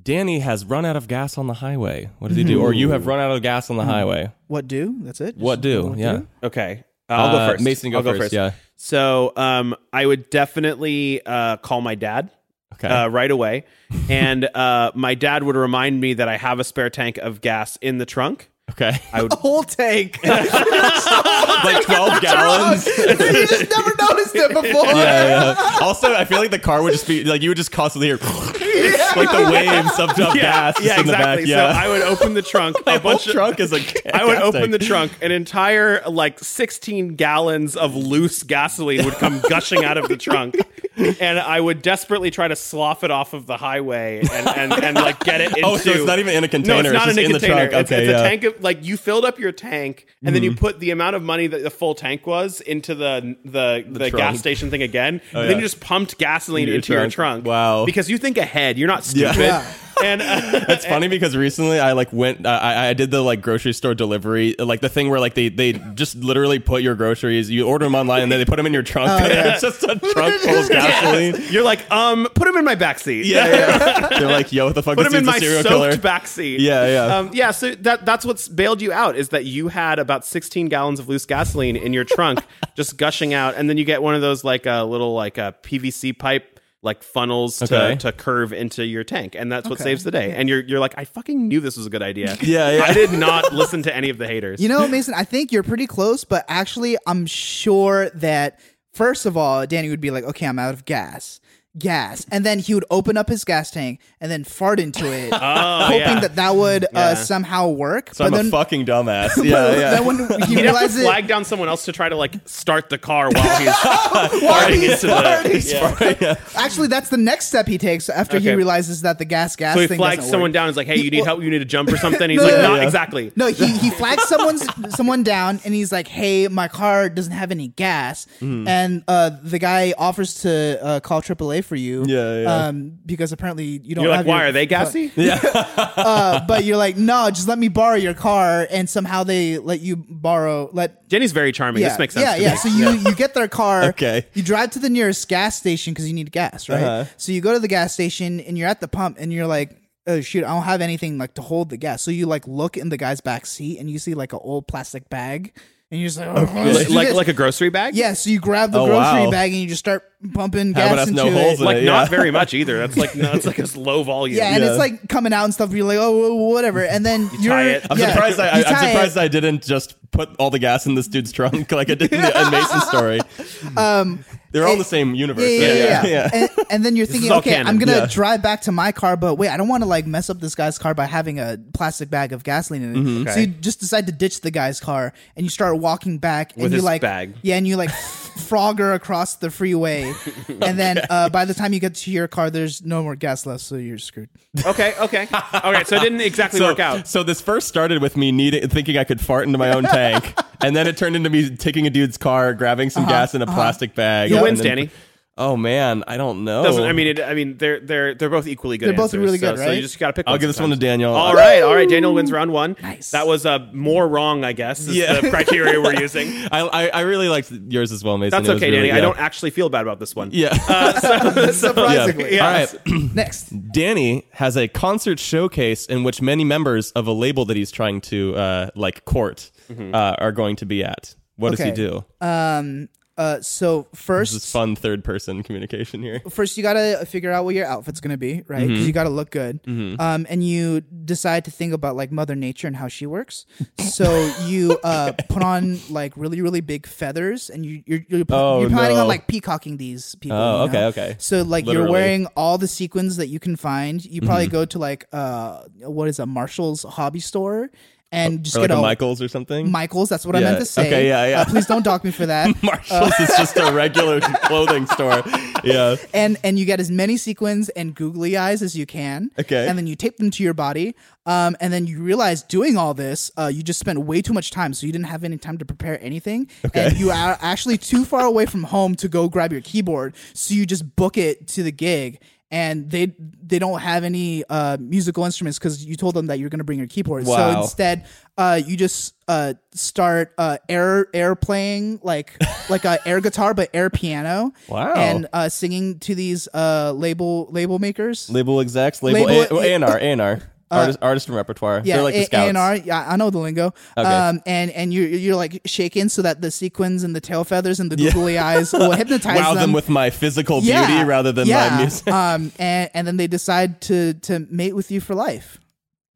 Speaker 4: Danny has run out of gas on the highway. What does he do? Or you have run out of gas
Speaker 3: Hmm.
Speaker 4: on the highway.
Speaker 3: What do? That's it.
Speaker 4: What do? yeah.
Speaker 2: Okay. Uh, I'll
Speaker 4: Uh,
Speaker 2: go first.
Speaker 4: Mason, go
Speaker 2: I'll
Speaker 4: first, yeah.
Speaker 2: So um, I would definitely uh, call my dad.
Speaker 4: Okay.
Speaker 2: Uh, right away, and uh, my dad would remind me that I have a spare tank of gas in the trunk.
Speaker 4: Okay.
Speaker 2: I would.
Speaker 3: Whole tank. you
Speaker 4: like twelve gallons.
Speaker 3: just never noticed it before.
Speaker 4: Yeah, yeah. Also, I feel like the car would just be like you would just constantly hear like the waves of, of gas
Speaker 2: yeah,
Speaker 4: in the
Speaker 2: exactly.
Speaker 4: back. Yeah,
Speaker 2: So I would open the trunk. a
Speaker 4: whole
Speaker 2: bunch of,
Speaker 4: trunk is like
Speaker 2: I would open the trunk. An entire like 16 gallons of loose gasoline would come gushing out of the trunk, and I would desperately try to slough it off of the highway and and, and like get it into.
Speaker 4: Oh, so it's not even in a
Speaker 2: No,
Speaker 4: container.
Speaker 2: it's not
Speaker 4: just
Speaker 2: in a container.
Speaker 4: the trunk.
Speaker 2: it's,
Speaker 4: okay,
Speaker 2: it's
Speaker 4: yeah. Hmm.
Speaker 2: a tank of like you filled up your tank, and then you put the amount of money that the full tank was into the the, the,
Speaker 4: trunk. Oh,
Speaker 2: gas station thing again. and
Speaker 4: yeah.
Speaker 2: Then you just pumped gasoline
Speaker 4: Into your
Speaker 2: into, your
Speaker 4: trunk.
Speaker 2: trunk.
Speaker 4: Wow.
Speaker 2: Because you think ahead. You're not stupid.
Speaker 4: Yeah.
Speaker 2: And uh,
Speaker 4: It's funny because recently I like went I, I- I did the like grocery store delivery like the thing where like they they just literally put your groceries you order them online and then they put them in your trunk
Speaker 2: Oh,
Speaker 4: it's just a trunk full of gasoline
Speaker 2: You're like, um, put him in my backseat.
Speaker 4: yeah, yeah. they're like yo what the fuck
Speaker 2: Put
Speaker 4: this
Speaker 2: him in
Speaker 4: dude's a
Speaker 2: my
Speaker 4: serial
Speaker 2: soaked
Speaker 4: killer
Speaker 2: backseat.
Speaker 4: Yeah, yeah.
Speaker 2: Um, yeah, so that that's what's bailed you out is that you had about 16 gallons of loose gasoline in your trunk just gushing out, and then you get one of those like uh, little like uh, PVC pipe like funnels
Speaker 4: Okay.
Speaker 2: to, to curve into your tank, and that's what
Speaker 3: Okay.
Speaker 2: saves the day. And you're you're like, I fucking knew this was a good idea.
Speaker 4: Yeah, yeah.
Speaker 2: I did not listen to any of the haters.
Speaker 3: You know, Mason, I think you're pretty close, but actually, I'm sure that first of all, Danny would be like, "Okay, I'm out of gas." Gas, and then he would open up his gas tank and then fart into it, hoping
Speaker 2: Ah, Uh, yeah.
Speaker 3: that that would uh, somehow work.
Speaker 4: so I'm
Speaker 3: but
Speaker 4: a
Speaker 3: then,
Speaker 4: fucking dumbass
Speaker 3: but
Speaker 2: uh,
Speaker 4: yeah yeah
Speaker 3: then when he
Speaker 2: You'd have to
Speaker 3: realizes
Speaker 2: flag down someone else to try to like start the car while he's farting into the.
Speaker 3: Actually, that's the next step he takes after he
Speaker 2: Okay.
Speaker 3: realizes that the gas gas
Speaker 2: So he
Speaker 3: thing
Speaker 2: flags
Speaker 3: doesn't
Speaker 2: someone
Speaker 3: work.
Speaker 2: down. Is like, hey, you need
Speaker 3: Well-
Speaker 2: help. You need to jump or something. He's
Speaker 3: No,
Speaker 2: like,
Speaker 3: yeah,
Speaker 2: not
Speaker 4: yeah.
Speaker 2: exactly.
Speaker 3: No, he, he flags someone's someone down and he's like, "Hey, my car doesn't have any gas,"
Speaker 2: Mm.
Speaker 3: and uh, the guy offers to uh, call AAA for you.
Speaker 4: Yeah, yeah.
Speaker 3: Um, because apparently you don't.
Speaker 2: You're like,
Speaker 3: have
Speaker 2: why
Speaker 3: your-
Speaker 2: are they gassy?
Speaker 3: Uh, but you're like, no, just let me borrow your car, and somehow they let you borrow. Let
Speaker 2: Jenny's very charming.
Speaker 3: yeah,
Speaker 2: This makes sense.
Speaker 3: yeah,
Speaker 2: to
Speaker 3: yeah.
Speaker 2: me.
Speaker 3: So you you get their car.
Speaker 4: Okay.
Speaker 3: You drive to the nearest gas station because you need gas, right?
Speaker 4: Uh-huh.
Speaker 3: So you go to the gas station and you're at the pump and you're like. Oh shoot! I don't have anything like to hold the gas. So you like look in the guy's back seat and you see like an old plastic bag, and you're just like, "Oh,
Speaker 2: Like,
Speaker 3: you
Speaker 2: like
Speaker 3: get-
Speaker 2: like a grocery bag.
Speaker 3: yeah. So you grab the
Speaker 4: Oh,
Speaker 3: grocery
Speaker 4: wow.
Speaker 3: bag and you just start pumping
Speaker 4: How about
Speaker 3: gas
Speaker 4: us
Speaker 3: into
Speaker 4: no
Speaker 3: it.
Speaker 4: holes in
Speaker 2: like
Speaker 4: Yeah.
Speaker 2: not very much either. That's like no, it's like a low volume.
Speaker 3: yeah, and
Speaker 4: Yeah.
Speaker 3: it's like coming out and stuff. You're like, oh, wha- wha- whatever. And then you are
Speaker 2: tie it.
Speaker 4: I'm
Speaker 3: yeah,
Speaker 4: surprised. I, I,
Speaker 3: you
Speaker 4: I'm
Speaker 3: tie it.
Speaker 4: surprised I didn't just put all the gas in this dude's trunk like I did in, the, in Mason's story.
Speaker 2: Um,
Speaker 4: They're all in the same universe.
Speaker 3: Yeah, yeah,
Speaker 4: right?
Speaker 3: yeah. yeah. And, and then you're thinking,
Speaker 2: all
Speaker 3: okay,
Speaker 2: canon.
Speaker 3: I'm gonna
Speaker 4: Yeah.
Speaker 3: drive back to my car, but wait, I don't want to like mess up this guy's car by having a plastic bag of gasoline in it. So
Speaker 2: Okay.
Speaker 3: you just decide to ditch the guy's car, and you start walking back, and
Speaker 2: With
Speaker 3: you
Speaker 2: his
Speaker 3: like,
Speaker 2: bag.
Speaker 3: yeah, and you like frogger across the freeway, and then uh, by the time you get to your car, there's no more gas left, so you're screwed.
Speaker 2: Okay. Okay. All right. So it didn't exactly
Speaker 4: So,
Speaker 2: work out.
Speaker 4: so this first started with me needing, thinking I could fart into my own
Speaker 2: Uh-huh,
Speaker 4: tank, and then it turned into me taking a dude's car, grabbing some gas in a plastic bag. and
Speaker 2: Who wins,
Speaker 4: then-
Speaker 2: Danny?
Speaker 4: Oh man, I don't know.
Speaker 2: Doesn't I mean it, I mean they're they're they're both equally good.
Speaker 3: They're both
Speaker 2: answers,
Speaker 3: really good,
Speaker 2: so, So
Speaker 3: right?
Speaker 2: you just gotta pick.
Speaker 4: I'll give this one to Daniel.
Speaker 2: All right, all right. Daniel wins round one.
Speaker 3: Nice.
Speaker 2: That was uh, more wrong, I guess. Is
Speaker 4: Yeah.
Speaker 2: the criteria we're using.
Speaker 4: I, I I really liked yours as well, Mason.
Speaker 2: That's
Speaker 4: It was
Speaker 2: okay,
Speaker 4: really-
Speaker 2: Danny. I
Speaker 4: yeah.
Speaker 2: don't actually feel bad about this one.
Speaker 4: Yeah.
Speaker 3: Surprisingly.
Speaker 4: All right.
Speaker 3: Next.
Speaker 4: Mm-hmm. Danny has a concert showcase in which many members of a label that he's trying to uh, like court uh, are going to be at. What does he
Speaker 3: Okay.
Speaker 4: do?
Speaker 3: Um. Uh. So
Speaker 4: This is
Speaker 3: first,
Speaker 4: fun third person communication here.
Speaker 3: first you gotta figure out what your outfit's gonna be, right?
Speaker 4: Mm-hmm.
Speaker 3: Because you gotta look good. Um. And you decide to think about like Mother Nature and how she works. So you uh put on like really really big feathers, and you you're you're, pl-
Speaker 4: Oh,
Speaker 3: you're planning
Speaker 4: no.
Speaker 3: on like peacocking these people.
Speaker 4: Oh,
Speaker 3: you know?
Speaker 4: okay, okay.
Speaker 3: So like
Speaker 4: Literally. Mm-hmm.
Speaker 3: you're wearing all the sequins that you can find. You probably go to like uh what is a Marshall's hobby store. And just
Speaker 4: Oh, Or
Speaker 3: get
Speaker 4: like a
Speaker 3: a
Speaker 4: Michaels or something.
Speaker 3: Michaels. That's what I
Speaker 4: Yeah.
Speaker 3: meant to say.
Speaker 4: Okay, yeah, yeah.
Speaker 3: Uh, please don't dock me for that.
Speaker 4: Marshalls
Speaker 3: Uh.
Speaker 4: is just a regular clothing store. Yeah.
Speaker 3: and and you get as many sequins and googly eyes as you can.
Speaker 4: Okay.
Speaker 3: And then you tape them to your body. Um, and then you realize doing all this, uh, you just spent way too much time, so you didn't have any time to prepare anything. Okay. And you are actually too far away from home to go grab your keyboard, so you just book it to the gig. And they they don't have any uh, musical instruments because you told them that you're going to bring your keyboard.
Speaker 4: Wow.
Speaker 3: So instead, uh, you just uh, start uh, air air playing like like a air guitar but air piano.
Speaker 4: Wow.
Speaker 3: And uh, singing to these uh, label label makers.
Speaker 4: Label execs, label,
Speaker 3: Label- Uh,
Speaker 4: A and R, A and R, artist, artist and repertoire.
Speaker 3: yeah,
Speaker 4: They're like the
Speaker 3: A-
Speaker 4: scouts.
Speaker 3: A&R, yeah, I know the lingo.
Speaker 4: Okay.
Speaker 3: Um, and and you you're like shaking so that the sequins and the tail feathers and the googly eyes will hypnotize
Speaker 4: Wow them with my physical beauty
Speaker 3: Yeah,
Speaker 4: rather than
Speaker 3: yeah.
Speaker 4: my music.
Speaker 3: um, and and then they decide to to mate with you for life.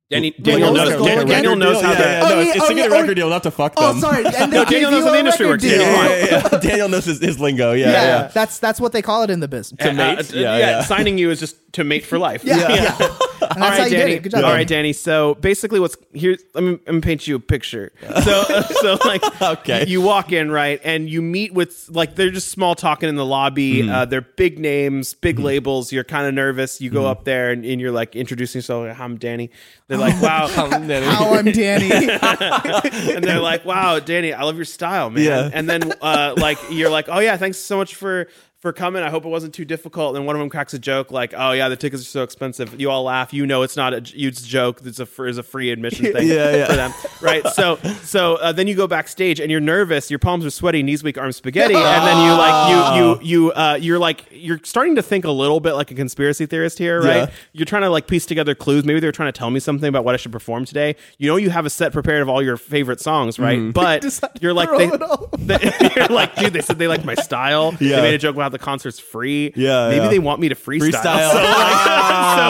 Speaker 2: Danny,
Speaker 4: Daniel
Speaker 2: Daniel
Speaker 3: knows-
Speaker 2: knows.
Speaker 3: Go
Speaker 2: Dan-
Speaker 3: again?
Speaker 2: Daniel knows how
Speaker 4: yeah, yeah,
Speaker 2: that.
Speaker 4: yeah,
Speaker 3: Oh,
Speaker 4: no, it's,
Speaker 3: yeah,
Speaker 4: it's
Speaker 3: oh,
Speaker 4: singing
Speaker 3: yeah,
Speaker 4: a record
Speaker 3: or-
Speaker 4: deal, not to fuck
Speaker 3: Oh,
Speaker 4: them.
Speaker 3: sorry. And they
Speaker 2: No, Daniel
Speaker 3: give
Speaker 2: knows
Speaker 3: you
Speaker 2: how the
Speaker 3: a
Speaker 2: industry
Speaker 3: record
Speaker 2: works.
Speaker 3: deal.
Speaker 2: Yeah,
Speaker 4: Yeah,
Speaker 2: yeah,
Speaker 4: yeah, yeah. Daniel knows his, his lingo. Yeah,
Speaker 3: Yeah,
Speaker 4: yeah.
Speaker 3: that's that's what they call it in the business.
Speaker 2: Uh,
Speaker 4: mate?
Speaker 2: uh,
Speaker 4: Yeah,
Speaker 2: yeah,
Speaker 4: yeah.
Speaker 2: signing you is just to mate for life.
Speaker 3: Yeah, yeah. And that's
Speaker 2: All
Speaker 3: how
Speaker 2: right,
Speaker 3: you
Speaker 2: Danny.
Speaker 3: did it. Good job.
Speaker 2: All
Speaker 3: Danny.
Speaker 2: right, Danny. So basically, what's here? Let me, let me paint you a picture. So, so like,
Speaker 4: Okay.
Speaker 2: you walk in right, and you meet with like they're just small talking in the lobby.
Speaker 3: Mm-hmm.
Speaker 2: Uh, they're big names, big labels. You're kind of nervous. You go
Speaker 3: Mm-hmm.
Speaker 2: up there, and, and you're like introducing yourself. Like, I'm Danny.
Speaker 3: Oh
Speaker 2: They're like, wow,
Speaker 4: Um, then-
Speaker 3: How I'm Danny.
Speaker 2: and they're like, "Wow, Danny, I love your style, man."
Speaker 4: Yeah.
Speaker 2: And then uh, like you're like, "Oh yeah, thanks so much for for coming. I hope it wasn't too difficult." And one of them cracks a joke like, "Oh yeah, the tickets are so expensive." You all laugh. You know it's not a it's a joke. It's a fr- it's a free admission thing
Speaker 4: Yeah, yeah.
Speaker 2: for them, right? So so uh, then you go backstage and you're nervous. Your palms are sweaty, knees weak, arms spaghetti, and then you like you you you uh, you're like you're starting to think a little bit like a conspiracy theorist here, right?
Speaker 4: Yeah.
Speaker 2: you're trying to like piece together clues. Maybe they're trying to tell me something about what I should perform today. You know, you have a set prepared of all your favorite songs, right?
Speaker 4: Mm-hmm.
Speaker 2: But you're like,
Speaker 3: throw
Speaker 2: they,
Speaker 3: it all.
Speaker 2: they- you're like, dude, they said they liked my style.
Speaker 4: Yeah.
Speaker 2: They made a joke about the concert's free.
Speaker 4: Yeah,
Speaker 2: maybe
Speaker 4: yeah.
Speaker 2: they want me to freestyle.
Speaker 4: Freestyle.
Speaker 2: So, like, so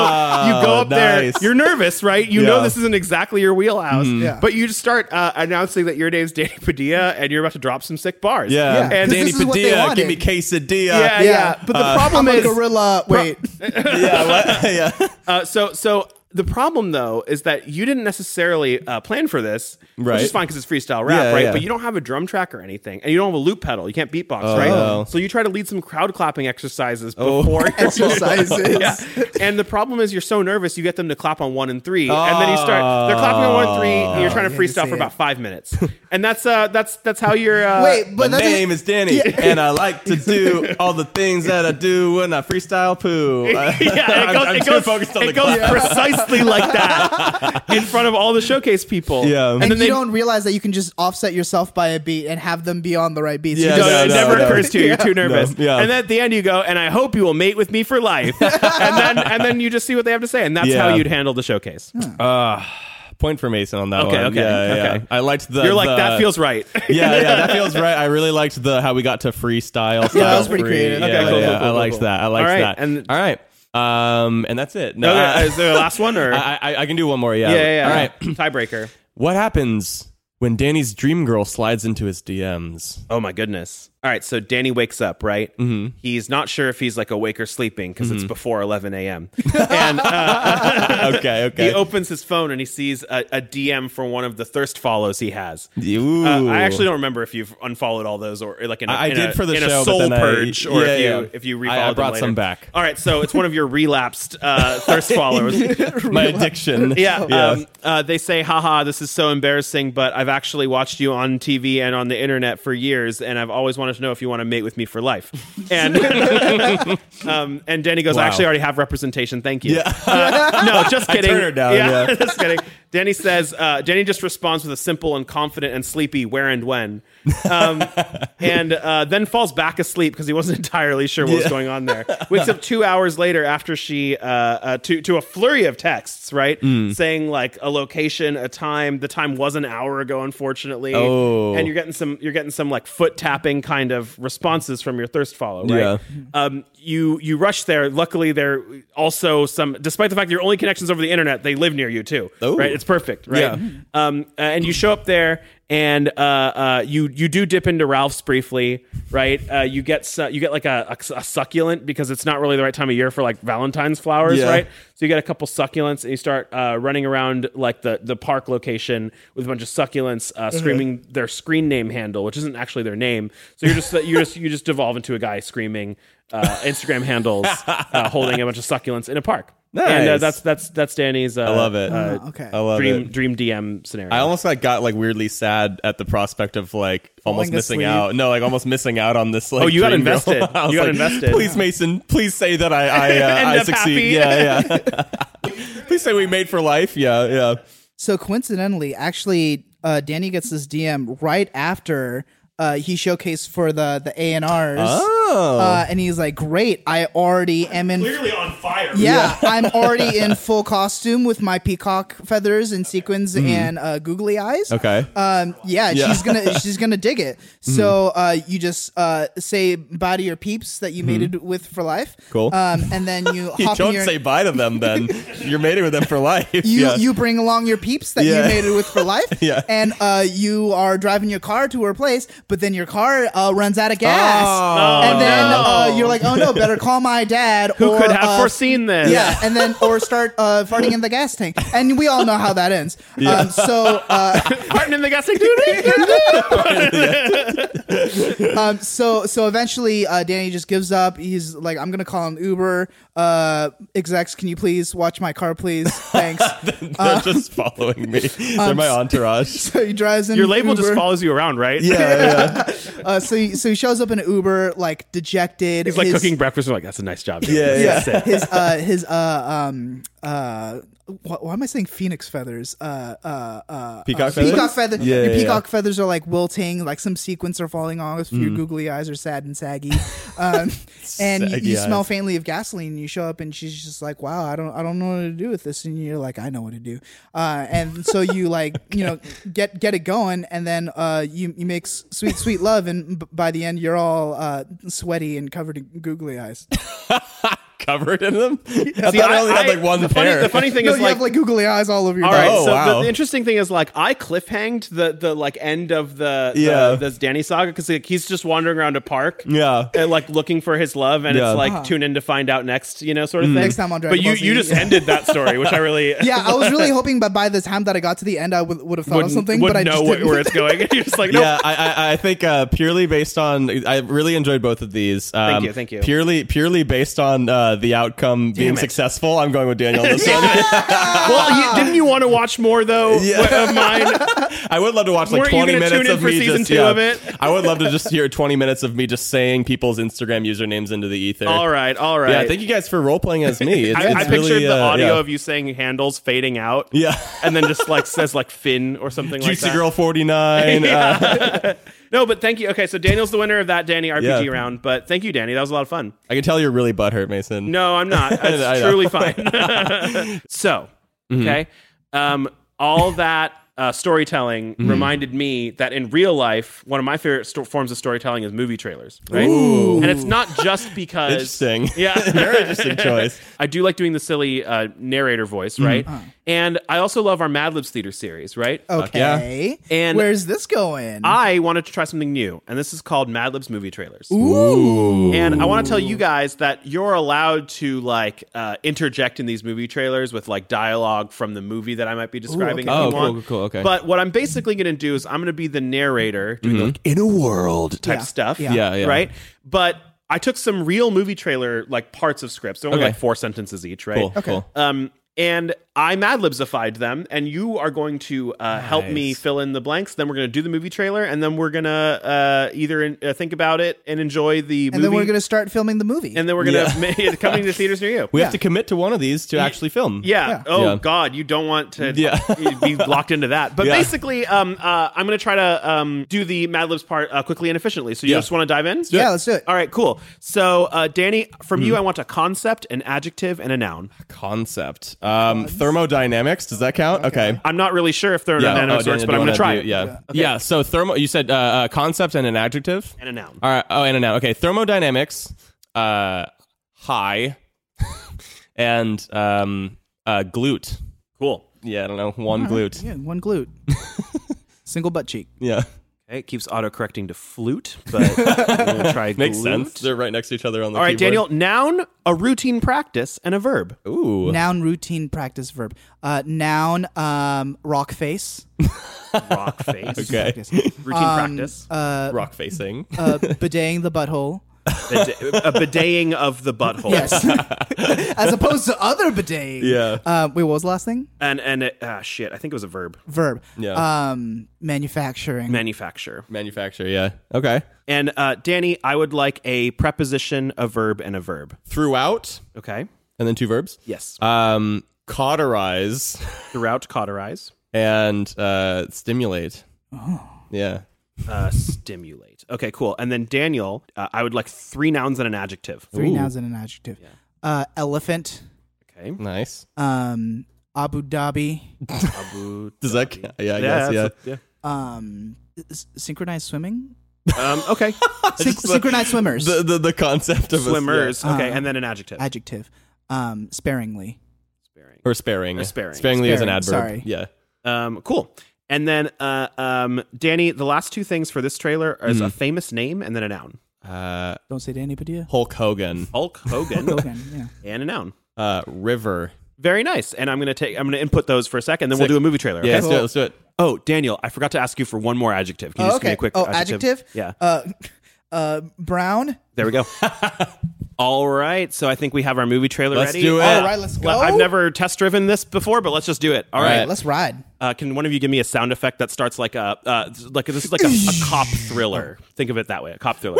Speaker 2: you go up
Speaker 4: Nice.
Speaker 2: there, you're nervous, right? You know
Speaker 4: Yeah. Mm-hmm.
Speaker 2: this isn't exactly your wheelhouse,
Speaker 3: Yeah.
Speaker 2: but you just start uh, announcing that your name's Danny Padilla and you're about to drop some sick bars.
Speaker 4: yeah.
Speaker 2: and
Speaker 3: 'Cause
Speaker 4: Danny
Speaker 3: this is what they
Speaker 4: Padilla,
Speaker 3: wanted.
Speaker 4: give me quesadilla.
Speaker 2: yeah, yeah. But the problem
Speaker 3: I'm a
Speaker 2: is,
Speaker 3: gorilla. Wait,
Speaker 4: yeah, what? yeah.
Speaker 2: Uh, so so the problem though is that you didn't necessarily uh, plan for this,
Speaker 4: Right.
Speaker 2: which is fine because it's freestyle rap,
Speaker 4: Yeah,
Speaker 2: right?
Speaker 4: yeah.
Speaker 2: But you don't have a drum track or anything, and you don't have a loop pedal. You can't beatbox,
Speaker 4: no.
Speaker 2: right? So you try to lead some crowd clapping exercises
Speaker 4: Oh.
Speaker 2: before
Speaker 3: exercises.
Speaker 2: yeah. And the problem is you're so nervous, you get them to clap on one and three, and then you start they're clapping on one and three, and you're trying to
Speaker 3: Oh, you didn't
Speaker 2: freestyle
Speaker 3: see
Speaker 2: for
Speaker 3: it.
Speaker 2: about five minutes, and that's uh that's that's how you're uh,
Speaker 3: Wait, but
Speaker 4: My
Speaker 3: that
Speaker 4: name
Speaker 3: doesn't-
Speaker 4: is Danny, and I like to do all the things that I do when I freestyle poo.
Speaker 2: yeah, it goes, it goes, it goes precisely like that in front of all the showcase people.
Speaker 4: Yeah.
Speaker 3: and,
Speaker 2: and,
Speaker 3: you
Speaker 2: then they
Speaker 3: don't realize that you can just offset yourself by a beat and have them be on the right beat. So you
Speaker 4: Yeah,
Speaker 2: No,
Speaker 3: just-
Speaker 2: no, it
Speaker 4: no,
Speaker 2: never
Speaker 4: no.
Speaker 2: occurs to you. You're too nervous.
Speaker 4: No, yeah.
Speaker 2: And then at the end, you go, and I hope you will mate with me for life. and then and then you just see what they have to say, and that's
Speaker 4: Yeah.
Speaker 2: how you'd handle the showcase.
Speaker 4: Point for Mason on that
Speaker 2: Okay,
Speaker 4: one.
Speaker 2: okay,
Speaker 4: yeah, yeah,
Speaker 2: okay.
Speaker 4: I liked the.
Speaker 2: You're like
Speaker 4: the-
Speaker 2: that feels right.
Speaker 4: Yeah, yeah, that feels right. I really liked the how we got to freestyle. Yeah,
Speaker 3: that was pretty creative.
Speaker 4: Yeah,
Speaker 2: Okay, cool,
Speaker 4: yeah,
Speaker 2: cool, cool,
Speaker 4: I liked
Speaker 2: cool.
Speaker 4: that. I liked
Speaker 2: All right,
Speaker 4: that.
Speaker 2: and-
Speaker 4: all right, um, and that's it. No,
Speaker 2: Okay,
Speaker 4: I-
Speaker 2: is there a last one or
Speaker 4: I, I, I can do one more. Yeah.
Speaker 2: yeah, yeah, yeah.
Speaker 4: All right.
Speaker 2: tiebreaker?
Speaker 4: What happens when Danny's dream girl slides into his DMs?
Speaker 2: Oh my goodness! All right, so Danny wakes up, right? Mm-hmm. He's not sure if he's like awake or sleeping because it's before 11 a.m. and uh,
Speaker 4: okay.
Speaker 2: he
Speaker 4: Okay.
Speaker 2: opens his phone and he sees a, a DM from one of the thirst follows he has.
Speaker 4: Ooh.
Speaker 2: Uh, I actually don't remember if you've unfollowed all those or like in a,
Speaker 4: I- I
Speaker 2: in
Speaker 4: did
Speaker 2: a-
Speaker 4: for the
Speaker 2: in
Speaker 4: show,
Speaker 2: a
Speaker 4: but
Speaker 2: soul
Speaker 4: then I-
Speaker 2: purge or if
Speaker 4: yeah,
Speaker 2: you
Speaker 4: yeah.
Speaker 2: if you
Speaker 4: I- I
Speaker 2: refollowed them
Speaker 4: brought some
Speaker 2: later.
Speaker 4: back.
Speaker 2: All right, so it's one of your relapsed uh, thirst followers.
Speaker 4: my addiction.
Speaker 2: Yeah,
Speaker 4: Yeah.
Speaker 2: Um, uh, they say, haha, this is so embarrassing, but I've I've actually watched you on TV and on the internet for years, and I've always wanted to know if you want to mate with me for life. And um, and Danny goes, I
Speaker 1: Wow.
Speaker 2: actually already have representation. Thank you. Uh, no, just kidding.
Speaker 1: turned her down, yeah.
Speaker 2: just kidding. Danny says, uh, Danny just responds with a simple and confident and sleepy where and when, um, and uh, then falls back asleep because he wasn't entirely sure what was going on there. Wakes up two hours later after she uh, uh, to to a flurry of texts, right,
Speaker 4: Hmm.
Speaker 2: saying like a location, a time. The time was an hour ago, unfortunately.
Speaker 4: Oh.
Speaker 2: and you're getting some you're getting some like foot tapping kind of responses from your thirst follow, right?
Speaker 4: Yeah.
Speaker 2: um, you you rush there. Luckily, there also some, despite the fact that your only connections over the internet, they live near you too.
Speaker 4: Oh.
Speaker 2: Right, it's perfect. Right,
Speaker 4: Yeah.
Speaker 2: um, uh, and you show up there, and uh, uh, you you do dip into Ralph's briefly. Right, uh, you get su- you get like a, a, a succulent because it's not really the right time of year for like Valentine's flowers.
Speaker 4: Yeah.
Speaker 2: Right, so you get a couple succulents, and you start uh, running around like the the park location with a bunch of succulents uh,
Speaker 4: Mm-hmm.
Speaker 2: screaming their screen name handle, which isn't actually their name. So you're just you just you just devolve into a guy screaming uh, Instagram handles, uh, holding a bunch of succulents in a park. And uh,
Speaker 4: Nice.
Speaker 2: that's that's that's Danny's. Uh,
Speaker 4: I love it.
Speaker 3: Oh, okay.
Speaker 4: I love
Speaker 2: dream
Speaker 4: it.
Speaker 2: dream DM scenario.
Speaker 4: I almost like got like weirdly sad at the prospect of like almost
Speaker 3: Falling
Speaker 4: missing
Speaker 3: asleep.
Speaker 4: out. No, like almost missing out on this. Like,
Speaker 2: Oh, you got
Speaker 4: dream girl.
Speaker 2: invested.
Speaker 4: I was
Speaker 2: You got
Speaker 4: like,
Speaker 2: invested.
Speaker 4: Please, Mason. Please say that I I,
Speaker 2: End
Speaker 4: uh, I
Speaker 2: up
Speaker 4: succeed.
Speaker 2: happy.
Speaker 4: Yeah, yeah. please say we made for life. Yeah, yeah.
Speaker 3: So coincidentally, actually, uh, Danny gets this DM right after uh, he showcased for the the A and R's.
Speaker 4: Oh.
Speaker 3: Uh, and he's like, "Great! I already am in.
Speaker 2: clearly on fire.
Speaker 3: yeah, I'm already in full costume with my peacock feathers and sequins and uh, googly eyes.
Speaker 4: Mm-hmm. okay.
Speaker 2: Uh,
Speaker 3: Um, yeah,
Speaker 4: Yeah. Hmm.
Speaker 3: she's gonna she's gonna dig it. So uh, you just uh, say bye to your peeps that you mated with for life.
Speaker 4: Cool.
Speaker 3: Um, and then you,
Speaker 4: you
Speaker 3: hop in
Speaker 4: don't
Speaker 3: your,
Speaker 4: say bye to them. Then you're mating with them for life.
Speaker 3: you
Speaker 4: yeah.
Speaker 3: you bring along your peeps that
Speaker 4: Yeah.
Speaker 3: you mated with for life,
Speaker 4: Yeah.
Speaker 3: and uh, you are driving your car to her place, but then your car uh, runs out of gas,
Speaker 4: Oh,
Speaker 3: and then
Speaker 2: no.
Speaker 3: uh, you're like, oh no, better call my dad.
Speaker 2: Who
Speaker 3: or,
Speaker 2: could have
Speaker 3: uh,
Speaker 2: foreseen this?
Speaker 3: Yeah, and then or start uh, farting in the gas tank, and we all know how that ends. Um, so uh,
Speaker 2: Martin in the gas station.
Speaker 3: um, so so eventually, uh, Danny just gives up. He's like, I'm gonna call an Uber. Uh, execs, can you please watch my car, please? Thanks.
Speaker 4: They're
Speaker 2: uh,
Speaker 4: just following
Speaker 2: um,
Speaker 4: me. They're my entourage.
Speaker 3: so he drives in.
Speaker 2: Your
Speaker 3: an
Speaker 2: label just
Speaker 3: Uber.
Speaker 2: follows you around, right?
Speaker 4: Yeah,
Speaker 3: Uh, so he, so he shows up in an Uber, like dejected.
Speaker 2: He's like
Speaker 3: his,
Speaker 2: cooking breakfast. We're like, that's a nice job.
Speaker 4: yeah, yeah.
Speaker 3: Yeah,
Speaker 4: yeah.
Speaker 3: his uh, his uh, um uh, wh- why am I saying phoenix feathers? Uh, uh, uh,
Speaker 4: Peacock
Speaker 3: uh,
Speaker 4: feathers?
Speaker 3: Peacock feathers.
Speaker 4: Yeah,
Speaker 3: your
Speaker 4: yeah,
Speaker 3: peacock feathers are like wilting, like some sequins are falling off. Your googly eyes are sad and saggy, um, and you,
Speaker 4: Saggy
Speaker 3: you smell
Speaker 4: eyes.
Speaker 3: faintly of gasoline. And you show up, and she's just like, "Wow, I don't, I don't know what to do with this." And you're like, "I know what to do," uh, and so you like, you know, get get it going, and then uh, you you make s- sweet sweet love, and b- by the end, you're all uh, sweaty and covered in googly eyes.
Speaker 4: Covered in them. I
Speaker 2: See,
Speaker 4: thought I only had like one
Speaker 2: the funny,
Speaker 4: pair.
Speaker 2: The funny thing
Speaker 3: no,
Speaker 2: is,
Speaker 3: you
Speaker 2: like,
Speaker 3: have like googly eyes all over your
Speaker 2: all
Speaker 3: body.
Speaker 2: right.
Speaker 4: Oh,
Speaker 2: so the,
Speaker 4: wow.
Speaker 2: the interesting thing is, like, I cliffhanged the the like end of the, the
Speaker 4: Yeah.
Speaker 2: this Danny saga because like, he's just wandering around a park.
Speaker 4: yeah.
Speaker 2: And like looking for his love, and
Speaker 4: Yeah. Mm.
Speaker 2: it's like
Speaker 4: Uh-huh.
Speaker 2: tune in to find out next, you know, sort of thing.
Speaker 3: Next time on Dragon
Speaker 2: But you
Speaker 3: Ball Z,
Speaker 2: you just
Speaker 3: yeah.
Speaker 2: ended that story, which I really
Speaker 3: Yeah, I was really hoping, but by the time that I got to the end, I would, would have thought of
Speaker 2: wouldn't,
Speaker 3: something,
Speaker 2: wouldn't
Speaker 3: but I
Speaker 2: know
Speaker 3: just
Speaker 2: wh-
Speaker 3: didn't.
Speaker 2: where it's going. And you're just like, no,
Speaker 4: yeah, I, I, I think uh, purely based on, I really enjoyed both of these. Um,
Speaker 2: you, thank you.
Speaker 4: Purely, purely based on uh, the outcome being
Speaker 2: it.
Speaker 4: successful, I'm going with Daniel. on This one.
Speaker 2: well, you, didn't you want to watch more though of mine?
Speaker 4: I would love to watch like
Speaker 2: Weren't you
Speaker 4: 20
Speaker 2: gonna
Speaker 4: minutes
Speaker 2: tune in
Speaker 4: of
Speaker 2: for
Speaker 4: me
Speaker 2: season
Speaker 4: just.
Speaker 2: two
Speaker 4: yeah.
Speaker 2: of it?
Speaker 4: I would love to just hear 20 minutes of me just saying people's Instagram usernames into the ether.
Speaker 2: All right, all right.
Speaker 4: Yeah, thank you guys for role playing as me. It's,
Speaker 2: I, I
Speaker 4: it's
Speaker 2: pictured
Speaker 4: really,
Speaker 2: the
Speaker 4: uh,
Speaker 2: audio
Speaker 4: yeah.
Speaker 2: of you saying handles fading out.
Speaker 4: Yeah.
Speaker 2: And then just like says like Finn or something like
Speaker 4: Juicy
Speaker 2: that.
Speaker 4: Girl 49. uh,
Speaker 2: No, but thank you. Okay, so Daniel's the winner of that Danny RPG
Speaker 4: Yeah.
Speaker 2: round, but thank you, Danny. That was a lot of fun.
Speaker 4: I can tell you're really butthurt, Mason.
Speaker 2: No, I'm not.
Speaker 4: I
Speaker 2: It's
Speaker 4: know. Mm-hmm.
Speaker 2: truly fine. so, okay. Um, all that uh, storytelling
Speaker 4: Mm-hmm.
Speaker 2: reminded me that in real life, one of my favorite sto- forms of storytelling is movie trailers, right? And it's not just because.
Speaker 4: Interesting.
Speaker 2: Yeah.
Speaker 4: Very interesting choice.
Speaker 2: I do like doing the silly uh, narrator voice,
Speaker 4: Mm-hmm.
Speaker 2: right?
Speaker 4: Uh-huh.
Speaker 2: And I also love our Mad Libs theater series, right?
Speaker 3: Okay.
Speaker 2: yeah. And-
Speaker 3: where's this going?
Speaker 2: I wanted to try something new, and this is called Mad Libs movie trailers.
Speaker 4: Ooh.
Speaker 2: And I want to tell you guys that you're allowed to like uh, interject in these movie trailers with like dialogue from the movie that I might be describing.
Speaker 4: okay. Oh,
Speaker 2: if you
Speaker 4: cool,
Speaker 2: want.
Speaker 4: cool, cool, okay.
Speaker 2: But what I'm basically going to do is I'm going to be the narrator doing the, like in a world type
Speaker 3: Yeah,
Speaker 2: stuff.
Speaker 3: yeah.
Speaker 4: Mm-hmm. Yeah, yeah.
Speaker 2: Right. But I took some real movie trailer like parts of scripts. They're only
Speaker 4: Okay.
Speaker 2: like four sentences each. Right.
Speaker 4: Cool, cool.
Speaker 2: Um, and I Mad Libsified them, and you are going to uh, help me
Speaker 5: Nice.
Speaker 2: fill in the blanks. Then we're going to do the movie trailer, and then we're going to uh, either in, uh, think about it and enjoy the
Speaker 3: and
Speaker 2: movie,
Speaker 3: then we're gonna start filming the movie.
Speaker 2: and then we're going to make it coming to theaters near you.
Speaker 4: We have to commit to one of these to actually film.
Speaker 2: Yeah.
Speaker 3: Yeah.
Speaker 2: Oh
Speaker 4: Yeah.
Speaker 2: God, you don't want to
Speaker 4: Yeah.
Speaker 2: be locked into that. But
Speaker 4: Yeah.
Speaker 2: basically, um, uh, I'm going to try to um, do the Mad Libs part uh, quickly and efficiently. So you
Speaker 4: Yeah. Mm-hmm.
Speaker 2: just want to dive in?
Speaker 3: Yeah, let's do it.
Speaker 2: All right, cool. So, uh, Danny, from you, I want a concept, an adjective, and a noun.
Speaker 4: Concept. Um, thermodynamics. Does that count? Okay.
Speaker 2: I'm not really sure if they're
Speaker 4: Yeah.
Speaker 2: noun
Speaker 4: Oh,
Speaker 2: works,
Speaker 4: Daniel,
Speaker 2: but
Speaker 4: do
Speaker 2: I'm
Speaker 4: you
Speaker 2: going to
Speaker 4: wanna
Speaker 2: try
Speaker 4: do-
Speaker 2: it.
Speaker 4: Yeah. Yeah. So thermo. You said uh, uh, concept and an adjective.
Speaker 2: And a noun.
Speaker 4: All right. Oh, and a noun. Okay. Thermodynamics. Uh, high. and um, uh, glute.
Speaker 2: Cool.
Speaker 4: Yeah. I don't know. One glute.
Speaker 3: Uh-huh. yeah, one glute, single butt cheek.
Speaker 4: Yeah.
Speaker 2: Okay, it keeps autocorrecting to flute, but we'll try
Speaker 4: Makes
Speaker 2: glute.
Speaker 4: sense. They're right next to each other on the.
Speaker 2: All right,
Speaker 4: keyboard.
Speaker 2: Daniel, noun, a routine practice, and a verb.
Speaker 4: Ooh.
Speaker 3: Noun, routine, practice, verb. Uh, noun, um, rock face.
Speaker 2: Rock face. Um, uh,
Speaker 4: Okay.
Speaker 2: Routine practice.
Speaker 4: Rock facing.
Speaker 3: Uh, bideting the butthole.
Speaker 2: Bida- a bidaying of the butthole.
Speaker 3: Yes, as opposed to other bideting.
Speaker 4: Yeah.
Speaker 3: Uh, wait, what was the last thing?
Speaker 2: And, and it, ah, shit, I think it was a verb.
Speaker 3: Verb.
Speaker 4: Yeah.
Speaker 3: Um, manufacturing.
Speaker 2: Manufacture.
Speaker 4: Manufacture. Yeah. Okay.
Speaker 2: And uh, Danny, I would like a preposition, a verb, and a verb.
Speaker 4: Throughout.
Speaker 2: Okay?
Speaker 4: And then two verbs.
Speaker 2: Yes.
Speaker 4: Um, cauterize.
Speaker 2: Throughout, cauterize.
Speaker 4: and uh, stimulate.
Speaker 2: Oh.
Speaker 4: Yeah.
Speaker 2: uh, stimulate. Okay, cool. And then Daniel, uh, I would like three nouns and an adjective.
Speaker 3: Three nouns and an adjective. Uh, elephant.
Speaker 2: Okay.
Speaker 4: Nice.
Speaker 2: Uh,
Speaker 3: Um, Abu Dhabi.
Speaker 2: Abu.
Speaker 4: Does that? ca- Yeah, I guess. Yeah.
Speaker 2: that's a-
Speaker 3: Um, s- synchronized swimming.
Speaker 2: yeah. Um, okay.
Speaker 3: Syn- synchronized swimmers.
Speaker 4: The, the the concept of a-
Speaker 2: Swimmers.
Speaker 3: yeah.
Speaker 2: Okay,
Speaker 3: Uh,
Speaker 2: and then an adjective.
Speaker 3: adjective. Um, sparingly.
Speaker 2: Sparing.
Speaker 4: yeah. or sparing.
Speaker 2: Or sparing.
Speaker 4: Sparingly is an
Speaker 3: Sparing, sorry.
Speaker 4: adverb. Yeah.
Speaker 2: Um, cool. And then, uh, um, Danny, the last two things for this trailer is
Speaker 4: Hmm.
Speaker 2: a famous name and then a noun.
Speaker 4: Uh,
Speaker 3: Don't say to anybody.
Speaker 4: Hulk Hogan.
Speaker 2: Hulk Hogan
Speaker 3: Okay, yeah.
Speaker 2: and a noun.
Speaker 4: Uh, river.
Speaker 2: Very nice. And I'm gonna take. I'm gonna input those for a second. Then we'll
Speaker 4: Sick.
Speaker 2: do a movie trailer. Okay?
Speaker 4: Yeah. Let's do it. Let's do it.
Speaker 2: Oh, Daniel, I forgot to ask you for one more adjective. Can you
Speaker 3: Oh,
Speaker 2: just give me
Speaker 3: okay.
Speaker 2: a quick
Speaker 3: oh,
Speaker 2: adjective?
Speaker 3: adjective.
Speaker 2: Yeah.
Speaker 3: Uh, uh, brown.
Speaker 2: There we go. All right, so I think we have our movie trailer
Speaker 4: Let's
Speaker 2: ready.
Speaker 4: do it.
Speaker 2: Uh,
Speaker 4: All
Speaker 3: right, let's
Speaker 2: well,
Speaker 3: go.
Speaker 2: I've never test driven this before, but let's just do it. All
Speaker 4: All
Speaker 2: right.
Speaker 4: right.
Speaker 3: Let's ride.
Speaker 2: Uh, can one of you give me a sound effect that starts like a uh, like this is like a, a cop thriller? Think of it that way, a cop thriller.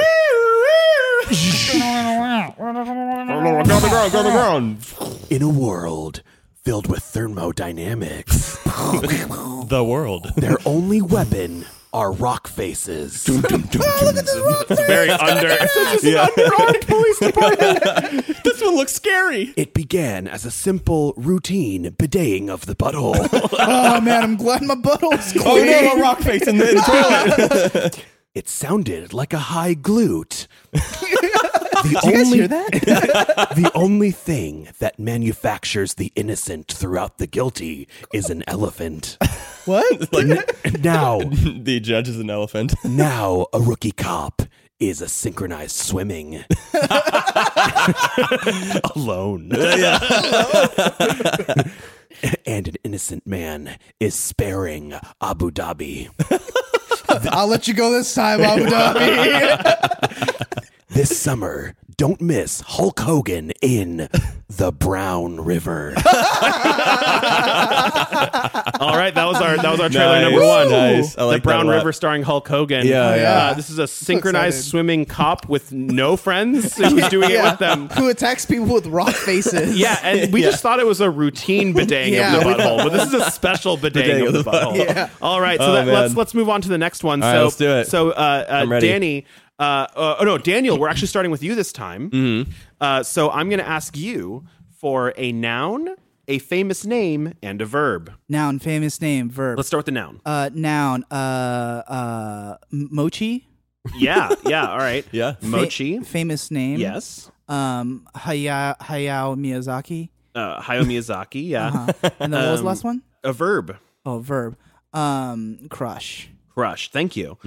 Speaker 4: Go on the ground. Go on the ground.
Speaker 2: In a world filled with thermodynamics,
Speaker 4: The world.
Speaker 2: their only weapon are rock faces. Ah,
Speaker 3: Look at this rock face.
Speaker 2: Very under.
Speaker 4: this one looks scary.
Speaker 2: It began as a simple routine bidaying of the butthole.
Speaker 3: Oh man, I'm glad my butthole's clean.
Speaker 4: Oh no! A rock face in the, in the toilet.
Speaker 2: It sounded like a high glute. the
Speaker 3: Did you guys hear that?
Speaker 2: the only thing that manufactures the innocent throughout the guilty is an elephant.
Speaker 3: what?
Speaker 2: Now,
Speaker 4: the judge is an elephant.
Speaker 2: now a rookie cop is a synchronized swimming. Alone. and an innocent man is sparing Abu Dhabi.
Speaker 3: I'll let you go this time, Abu Dhabi.
Speaker 2: This summer, don't miss Hulk Hogan in The Brown River. All right, that was our that was our trailer
Speaker 4: Nice,
Speaker 2: number one.
Speaker 4: nice. I like
Speaker 2: the Brown
Speaker 4: that a lot.
Speaker 2: River starring Hulk Hogan.
Speaker 4: Yeah,
Speaker 3: yeah.
Speaker 2: Uh, this is a synchronized
Speaker 3: excited.
Speaker 2: swimming cop with no friends who's doing it with them.
Speaker 3: Who attacks people with rock faces?
Speaker 2: Yeah, and we just thought it was a routine bidaying
Speaker 3: Yeah,
Speaker 2: of the
Speaker 3: we
Speaker 2: butthole, but this is a special bidaying, of the butthole.
Speaker 3: Yeah.
Speaker 2: All right, so
Speaker 4: Oh,
Speaker 2: that,
Speaker 4: man.
Speaker 2: let's let's move on to the next one.
Speaker 4: All
Speaker 2: so
Speaker 4: right, let's do it.
Speaker 2: So, uh, uh,
Speaker 4: ready.
Speaker 2: Danny, uh, uh, oh no, Daniel, we're actually starting with you this time.
Speaker 4: Mm-hmm.
Speaker 2: Uh, so I'm going to ask you for a noun, a famous name, and a verb.
Speaker 3: Noun, famous name, verb.
Speaker 2: Let's start with the noun.
Speaker 3: uh, noun. Uh, uh, m- mochi.
Speaker 2: yeah, yeah. All right.
Speaker 4: Yeah.
Speaker 3: Fa-
Speaker 2: Mochi.
Speaker 3: famous name.
Speaker 2: yes.
Speaker 3: Um, Hayao, Hayao Miyazaki.
Speaker 2: Uh, Hayao Miyazaki. Yeah.
Speaker 4: Uh-huh.
Speaker 3: And then what
Speaker 2: Um,
Speaker 3: was the last one?
Speaker 2: A verb.
Speaker 3: Oh, verb. Um, crush.
Speaker 2: Crush. Thank you.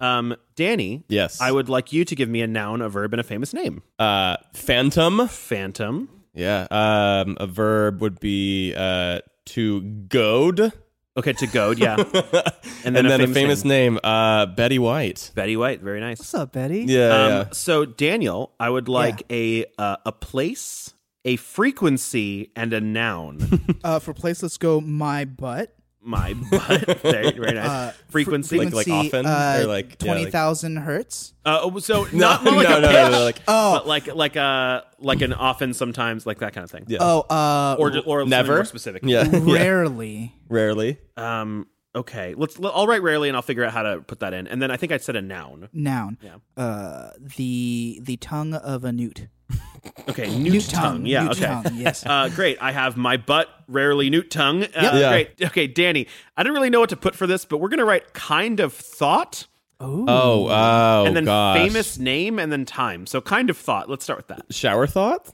Speaker 2: Um, Danny.
Speaker 4: Mm-hmm. Yes.
Speaker 2: I would like you to give me a noun, a verb, and a famous name.
Speaker 4: Uh, phantom.
Speaker 2: Phantom.
Speaker 4: Yeah. Um, a verb would be uh to goad.
Speaker 2: Okay, to goad, yeah. And then,
Speaker 4: and then, a famous name, uh, Betty White.
Speaker 2: Betty White, very nice.
Speaker 3: What's up, Betty?
Speaker 4: Yeah,
Speaker 2: Um, so Daniel, I would like a uh, a place, a frequency and a noun.
Speaker 3: Uh, for place, let's go. My butt.
Speaker 2: My butt. There, very nice.
Speaker 3: Uh, fr-
Speaker 2: frequency.
Speaker 4: Like- like often?
Speaker 3: uh,
Speaker 4: Or like- yeah, like-
Speaker 3: twenty thousand hertz.
Speaker 2: Uh, oh, so
Speaker 4: No,
Speaker 2: not, not like
Speaker 4: no,
Speaker 2: a
Speaker 4: no,
Speaker 2: pitch,
Speaker 4: no, no, like-
Speaker 2: but like like a like an often sometimes like that kind of thing.
Speaker 4: Yeah.
Speaker 3: Oh, uh,
Speaker 2: Or or something
Speaker 4: Never?
Speaker 2: more specific.
Speaker 4: Yeah. yeah.
Speaker 3: rarely.
Speaker 4: Rarely.
Speaker 2: Um. Okay. Let's. let- I'll write rarely, and I'll figure out how to put that in. And then I think I said a noun.
Speaker 3: Noun. Uh, the the tongue of a newt.
Speaker 2: Okay. Newt, tongue. Yeah.
Speaker 3: newt
Speaker 2: okay.
Speaker 3: tongue, yes.
Speaker 2: Uh, great. I have my butt rarely newt tongue. Uh,
Speaker 4: Yeah.
Speaker 2: Great. Okay, Danny. I didn't really know what to put for this, but we're gonna write kind of thought,
Speaker 4: Oh, oh,
Speaker 2: and then
Speaker 4: gosh.
Speaker 2: famous name, and then time. So kind of thought. Let's start with that. Um,
Speaker 4: shower thought.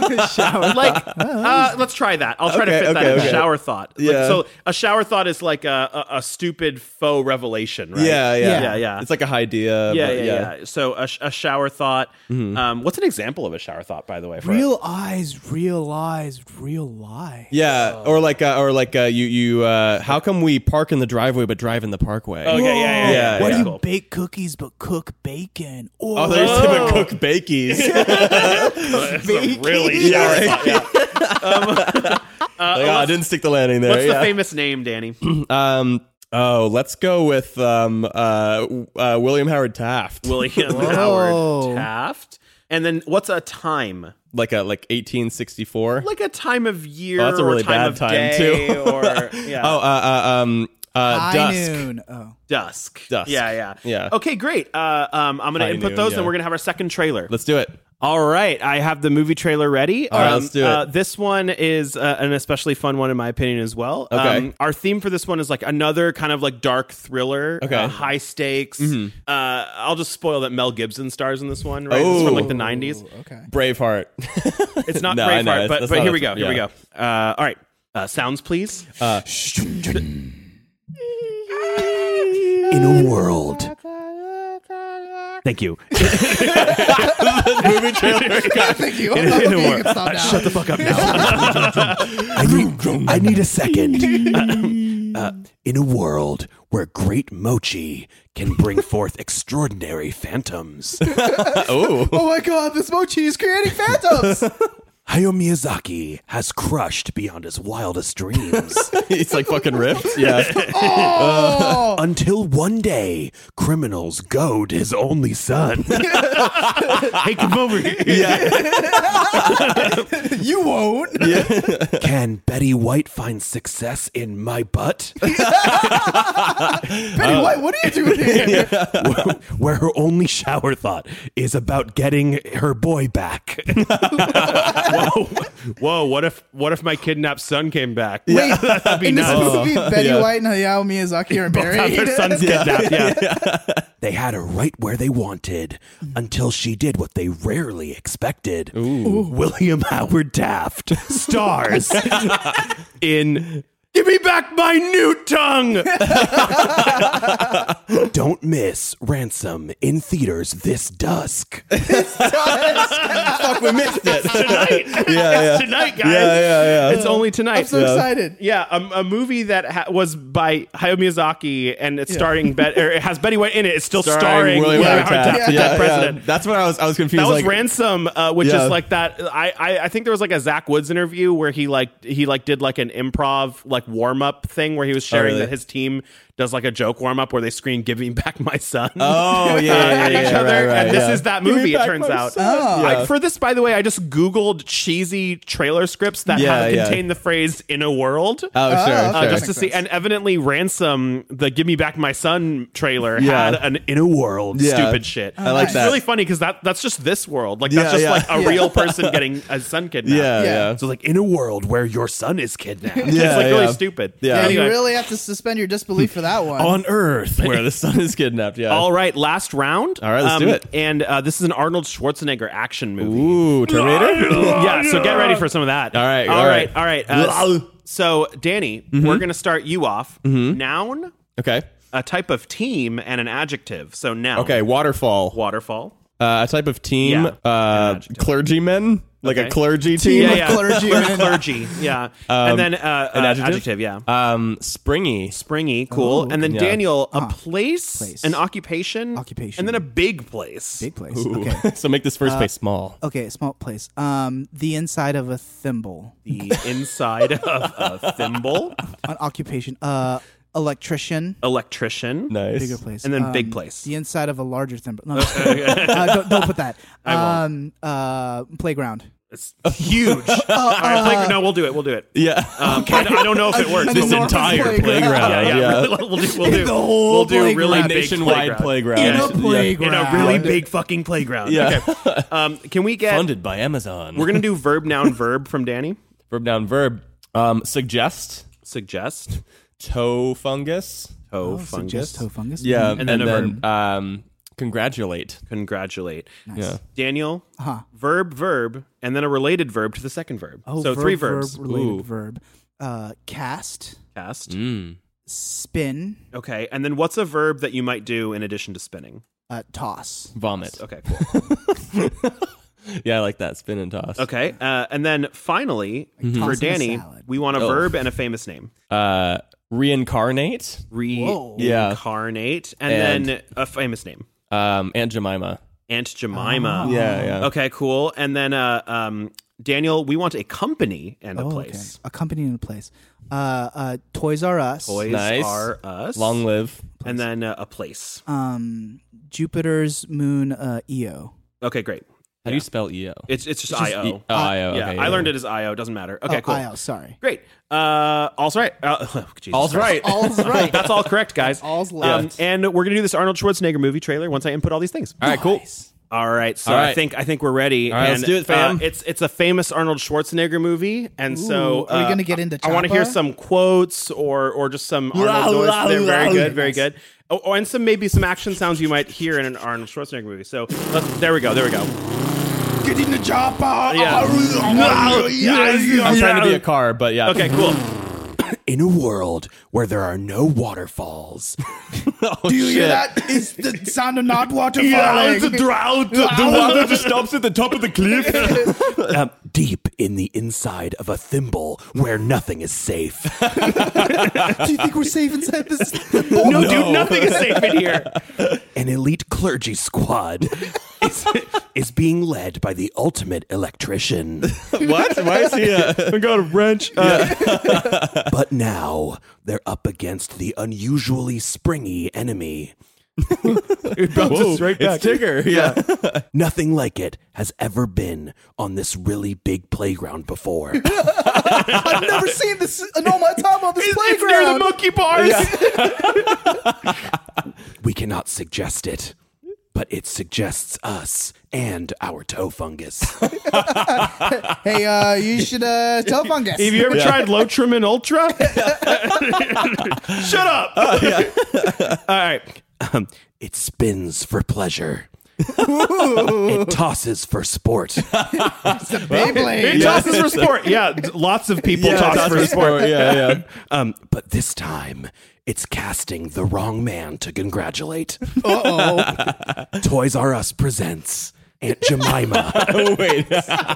Speaker 2: like uh, let's try that i'll try to
Speaker 4: Okay,
Speaker 2: fit that
Speaker 4: okay,
Speaker 2: in
Speaker 4: okay.
Speaker 2: shower thought Like,
Speaker 4: Yeah.
Speaker 2: so a shower thought is like a, a, a stupid faux revelation right
Speaker 4: Yeah, yeah,
Speaker 2: yeah yeah
Speaker 4: It's like a idea.
Speaker 2: yeah,
Speaker 4: but
Speaker 2: yeah, yeah, So a, sh- a shower thought.
Speaker 4: Mm-hmm.
Speaker 2: Um, what's an example of a shower thought, by the way? for-
Speaker 3: Real eyes, real eyes, real lie.
Speaker 4: Yeah,
Speaker 2: Oh.
Speaker 4: or like, uh, or like, uh, you, you. Uh, how come we park in the driveway but drive in the parkway?
Speaker 2: Oh, Okay, yeah, yeah, yeah.
Speaker 4: Yeah,
Speaker 2: yeah,
Speaker 3: Why
Speaker 4: yeah.
Speaker 3: do you
Speaker 2: Cool.
Speaker 3: bake cookies but cook bacon?
Speaker 4: Oh, there's oh. cook bakies.
Speaker 2: That's a really shower thought. yeah. Um, uh,
Speaker 4: Like, oh, I didn't stick the landing there.
Speaker 2: What's the
Speaker 4: yeah.
Speaker 2: famous name, Danny?
Speaker 4: um, oh, let's go with um, uh, w- uh, William Howard Taft.
Speaker 2: William
Speaker 3: Whoa.
Speaker 2: Howard Taft. And then what's a time?
Speaker 4: like a like 1864.
Speaker 2: Like a time of year.
Speaker 4: Oh, that's a really
Speaker 2: or time
Speaker 4: bad
Speaker 2: of
Speaker 4: time,
Speaker 2: day
Speaker 4: too.
Speaker 2: or yeah.
Speaker 4: Oh, uh, uh, um, uh,
Speaker 3: High
Speaker 4: dusk.
Speaker 3: noon. Oh,
Speaker 2: Dusk.
Speaker 4: Dusk.
Speaker 2: Yeah, yeah.
Speaker 4: Yeah.
Speaker 2: Okay, great. Uh, um, I'm going
Speaker 4: High
Speaker 2: to input
Speaker 4: noon,
Speaker 2: those
Speaker 4: yeah.
Speaker 2: and we're going to have our second trailer.
Speaker 4: Let's do it.
Speaker 2: All right. I have the movie trailer ready. All
Speaker 4: right, let's do it.
Speaker 2: Uh, this one is uh, an especially fun one, in my opinion, as well. Um,
Speaker 4: Okay.
Speaker 2: our theme for this one is like another kind of like dark thriller,
Speaker 4: Okay. Mm-hmm.
Speaker 2: uh, high stakes. Uh, I'll just spoil that Mel Gibson stars in this one, right? It's from like the 90s.
Speaker 3: okay.
Speaker 4: Braveheart.
Speaker 2: It's not
Speaker 4: Oh. No, I
Speaker 2: Braveheart,
Speaker 4: know. It's-
Speaker 2: but,
Speaker 4: that's
Speaker 2: but
Speaker 4: not
Speaker 2: here
Speaker 4: a-
Speaker 2: we go. Here we
Speaker 4: yeah.
Speaker 2: go. Uh, all right. Uh, sounds, please.
Speaker 5: In a world.
Speaker 2: Thank you.
Speaker 4: Movie trailer.
Speaker 3: Thank you. I'm not looking. It's not now.
Speaker 2: Shut the fuck up now.
Speaker 5: I need, I need a second. Uh, in a world where great mochi can bring forth extraordinary phantoms,
Speaker 3: Oh my god, this mochi is creating phantoms.
Speaker 5: Hayao Miyazaki has crushed beyond his wildest dreams.
Speaker 4: it's like fucking ripped. Yeah.
Speaker 3: oh,
Speaker 5: until one day, criminals goad his only son.
Speaker 2: hey, come over here.
Speaker 3: you won't.
Speaker 5: Can Betty White find success in my butt?
Speaker 3: Betty
Speaker 4: uh,
Speaker 3: White, what are you doing here?
Speaker 5: where, where her only shower thought is about getting her boy back.
Speaker 2: Whoa. Whoa. What if, what if my kidnapped son came back?
Speaker 3: Wait,
Speaker 2: That'd be
Speaker 3: in this
Speaker 2: nuts. Oh.
Speaker 3: movie, Betty
Speaker 4: Yeah.
Speaker 3: White and Hayao Miyazaki are married.
Speaker 2: Their son's kidnapped. Yeah.
Speaker 5: They had her right where they wanted until she did what they rarely expected. William Howard Taft stars in
Speaker 2: Give me back my new tongue.
Speaker 5: Don't Miss Ransom in theaters this dusk.
Speaker 4: Fuck, we missed it.
Speaker 2: tonight.
Speaker 4: Yeah, yeah.
Speaker 2: It's tonight, guys.
Speaker 4: Yeah, yeah, yeah.
Speaker 2: It's only tonight.
Speaker 3: I'm so excited.
Speaker 2: yeah, um, a movie that ha- was by Hayao Miyazaki and it's starring Bet- or it has Betty White in it. It's still starring,
Speaker 4: William Howard Taft.
Speaker 2: Taft,
Speaker 4: Yeah,
Speaker 2: dead
Speaker 4: yeah.
Speaker 2: president.
Speaker 4: That's what I was. I was confused.
Speaker 2: That was
Speaker 4: like,
Speaker 2: ransom, uh, which
Speaker 4: Yeah.
Speaker 2: is like that. I, I I think there was like a Zach Woods interview where he like he like did like an improv like warm up thing where he was sharing
Speaker 4: Oh, really?
Speaker 2: that his team does like a joke warm up where they scream "Give me back my son."
Speaker 4: Oh yeah,
Speaker 2: uh,
Speaker 4: yeah,
Speaker 2: at
Speaker 4: yeah,
Speaker 2: each
Speaker 4: yeah,
Speaker 2: other.
Speaker 4: right, right,
Speaker 2: and this
Speaker 4: yeah.
Speaker 2: is that movie, it turns out.
Speaker 3: Oh.
Speaker 2: I, for this, by the way, I just Googled cheesy trailer scripts that
Speaker 4: Yeah,
Speaker 2: have,
Speaker 4: yeah.
Speaker 2: contain the phrase in a world.
Speaker 4: Oh, sure,
Speaker 3: Oh,
Speaker 2: uh,
Speaker 4: sure.
Speaker 2: just to
Speaker 3: Makes
Speaker 2: see,
Speaker 3: sense.
Speaker 2: and evidently, Ransom, the "Give Me Back My Son" trailer
Speaker 4: Yeah.
Speaker 2: had an "In a World"
Speaker 4: Yeah.
Speaker 2: stupid shit.
Speaker 4: I like
Speaker 3: nice.
Speaker 2: It's
Speaker 4: that.
Speaker 2: really funny because that that's just this world. Like that's
Speaker 4: Yeah,
Speaker 2: just
Speaker 4: yeah.
Speaker 2: like a
Speaker 3: Yeah.
Speaker 2: real person getting a son kidnapped.
Speaker 4: yeah,
Speaker 3: Yeah.
Speaker 4: yeah.
Speaker 5: So, like, in a world where your son is kidnapped.
Speaker 4: Yeah,
Speaker 2: it's like really
Speaker 4: yeah.
Speaker 2: stupid.
Speaker 4: Yeah.
Speaker 3: Yeah,
Speaker 2: Anyway,
Speaker 3: you really have to suspend your disbelief for that one.
Speaker 4: On Earth, where the sun is kidnapped. Yeah.
Speaker 2: all right, last round.
Speaker 4: All right, let's do it.
Speaker 2: And uh, this is an Arnold Schwarzenegger action movie.
Speaker 4: Ooh, Terminator.
Speaker 2: yeah, so get ready for some of that.
Speaker 4: All right,
Speaker 2: all
Speaker 4: all
Speaker 2: right,
Speaker 4: right. Mm-hmm.
Speaker 2: all right. Uh, s- so, Danny, we're going to start you off. Noun,
Speaker 4: okay.
Speaker 2: a type of team, and an adjective. So, noun.
Speaker 4: Okay. Waterfall.
Speaker 2: Waterfall.
Speaker 4: Uh, a type of team. Uh,
Speaker 2: Yeah. An adjective.
Speaker 4: clergymen. like
Speaker 2: Okay.
Speaker 4: a clergy team.
Speaker 3: Team
Speaker 2: Yeah,
Speaker 3: of
Speaker 2: yeah.
Speaker 3: clergy.
Speaker 2: clergy. Yeah. and then uh,
Speaker 4: Um, an
Speaker 2: uh,
Speaker 4: adjective?
Speaker 2: yeah.
Speaker 4: Um, springy.
Speaker 2: Springy, cool. and then
Speaker 4: yeah.
Speaker 2: Daniel, a place,
Speaker 3: place.
Speaker 2: an occupation,
Speaker 3: Occupation.
Speaker 2: and then a big place.
Speaker 3: Big place.
Speaker 4: Ooh.
Speaker 3: Okay.
Speaker 4: so make this first place small.
Speaker 3: Okay, small place. Um, the inside of a thimble.
Speaker 2: The inside of a thimble,
Speaker 3: An occupation. Uh, electrician.
Speaker 2: electrician,
Speaker 4: Nice.
Speaker 3: Bigger place.
Speaker 2: and then
Speaker 3: Um,
Speaker 2: big place.
Speaker 3: The inside of a larger thimble. No, I'm just kidding. uh, don't, don't put that. Um, uh, playground.
Speaker 2: It's huge. All right,
Speaker 3: Uh,
Speaker 2: playground. No, we'll do it. We'll do it.
Speaker 4: Yeah.
Speaker 2: Um, I, I don't know if it works.
Speaker 4: this
Speaker 2: We'll-
Speaker 3: enormous
Speaker 4: entire
Speaker 3: playground.
Speaker 4: playground.
Speaker 2: Yeah, yeah.
Speaker 4: Yeah.
Speaker 2: we'll do. We'll do.
Speaker 3: The whole
Speaker 2: we'll do really
Speaker 3: playground.
Speaker 2: big
Speaker 4: Nationwide playground.
Speaker 3: In a
Speaker 4: Yeah.
Speaker 3: playground.
Speaker 2: In a really big fucking playground.
Speaker 4: Yeah.
Speaker 2: Okay. Um, can we get?
Speaker 4: Funded by Amazon.
Speaker 2: We're gonna do verb, noun, verb from Danny.
Speaker 4: verb noun verb. Um, suggest
Speaker 2: Suggest.
Speaker 4: toe fungus.
Speaker 2: Toe fungus.
Speaker 3: Oh, Suggest toe fungus. Mm.
Speaker 4: Yeah,
Speaker 2: Mm-hmm. And then a verb.
Speaker 4: um, congratulate.
Speaker 2: Congratulate.
Speaker 4: Yeah.
Speaker 2: Daniel,
Speaker 3: Uh-huh.
Speaker 2: verb, verb, and then a related verb to the second verb.
Speaker 3: Oh,
Speaker 2: so
Speaker 3: verb,
Speaker 2: three verbs.
Speaker 3: Verb, related
Speaker 4: Ooh.
Speaker 3: verb. Uh, cast.
Speaker 2: Cast.
Speaker 3: Mm. Spin.
Speaker 2: Okay. And then what's a verb that you might do in addition to spinning?
Speaker 3: Uh, toss.
Speaker 4: Vomit.
Speaker 2: Okay, cool.
Speaker 4: Yeah, I like that. Spin and toss.
Speaker 2: Okay. Uh, and then finally, for
Speaker 3: tossing a
Speaker 2: Danny,
Speaker 3: salad. Oh.
Speaker 2: we want a verb and a famous name.
Speaker 4: Uh, reincarnate.
Speaker 3: Whoa.
Speaker 2: Reincarnate. And,
Speaker 4: And-
Speaker 2: then a famous name.
Speaker 4: Um, Aunt Jemima.
Speaker 2: Aunt Jemima.
Speaker 4: Ah. Yeah, yeah.
Speaker 2: Oh. Okay, cool. And then uh, um, Daniel, we want a company and a
Speaker 3: Oh, okay.
Speaker 2: place.
Speaker 3: A company and a place. Uh, uh, Toys R Us.
Speaker 2: Boys
Speaker 4: Nice.
Speaker 2: are us.
Speaker 4: Long live.
Speaker 2: and then uh, a place.
Speaker 3: Um, Jupiter's moon. Uh, Eo.
Speaker 2: Okay, great.
Speaker 4: How do you spell EO?
Speaker 2: It's it's just,
Speaker 3: just
Speaker 2: IO.
Speaker 4: E- oh, IO.
Speaker 2: yeah,
Speaker 4: okay,
Speaker 2: I learned it as IO. Doesn't matter. Okay,
Speaker 3: oh,
Speaker 2: cool.
Speaker 3: IO, sorry.
Speaker 2: Great. Uh, all's right. Uh, Jesus
Speaker 4: All's right.
Speaker 2: Christ.
Speaker 3: All's right.
Speaker 2: That's all correct, guys.
Speaker 3: All's
Speaker 2: Um,
Speaker 3: left.
Speaker 2: and we're gonna do this Arnold Schwarzenegger movie trailer once I input all these things.
Speaker 4: All right, cool.
Speaker 2: All right, so
Speaker 4: All
Speaker 2: I
Speaker 4: right.
Speaker 2: think I think we're ready.
Speaker 4: All right, let's
Speaker 2: and,
Speaker 4: do it, fam.
Speaker 2: uh, it's it's a famous Arnold Schwarzenegger movie, and so
Speaker 3: Ooh, are we
Speaker 2: uh,
Speaker 3: gonna get into
Speaker 2: I want to hear
Speaker 3: Chopper?
Speaker 2: some quotes or or just some
Speaker 3: La,
Speaker 2: Arnold noise.
Speaker 3: la,
Speaker 2: They're very
Speaker 3: la.
Speaker 2: good, very good. Oh, oh, and some maybe some action sounds you might hear in an Arnold Schwarzenegger movie. So let's, there we go, there we go.
Speaker 5: Get in the chopper.
Speaker 4: I'm trying to be a car, but yeah.
Speaker 2: Okay, cool.
Speaker 5: In a world where there are no waterfalls.
Speaker 4: Oh, Do you shit.
Speaker 3: is the sound of not water
Speaker 5: drought.
Speaker 4: The water just stops at the top of the cliff.
Speaker 5: um, deep in the inside of a thimble where nothing is safe.
Speaker 3: Do you think we're safe inside this?
Speaker 2: No,
Speaker 4: Oh.
Speaker 2: dude, nothing is safe in here.
Speaker 5: An elite clergy squad is, is being led by the ultimate electrician.
Speaker 4: what? Why is he? Uh,
Speaker 2: I got a wrench. Uh,
Speaker 5: But now they're up against the unusually springy enemy.
Speaker 4: whoa, It's Tigger. Yeah.
Speaker 5: Nothing like it has ever been on this really big playground before.
Speaker 3: I've never seen this in all my time on this
Speaker 2: it's
Speaker 3: playground.
Speaker 2: near the monkey bars.
Speaker 5: we cannot suggest it, but it suggests us and our toe fungus.
Speaker 3: hey, uh, you should uh, tell fungus.
Speaker 2: Have you ever tried low trim and ultra? Shut up.
Speaker 4: Oh,
Speaker 2: All right.
Speaker 5: Um, it spins for pleasure. it tosses for sport.
Speaker 3: Beyblade.
Speaker 2: It tosses for sport. Yeah, d- lots of people toss
Speaker 4: Toss
Speaker 2: for sport.
Speaker 4: Yeah, yeah.
Speaker 5: Um, but this time, it's casting the wrong man to congratulate.
Speaker 3: Uh oh.
Speaker 5: Toys R Us presents Aunt Jemima.
Speaker 4: Oh, wait.
Speaker 3: Stop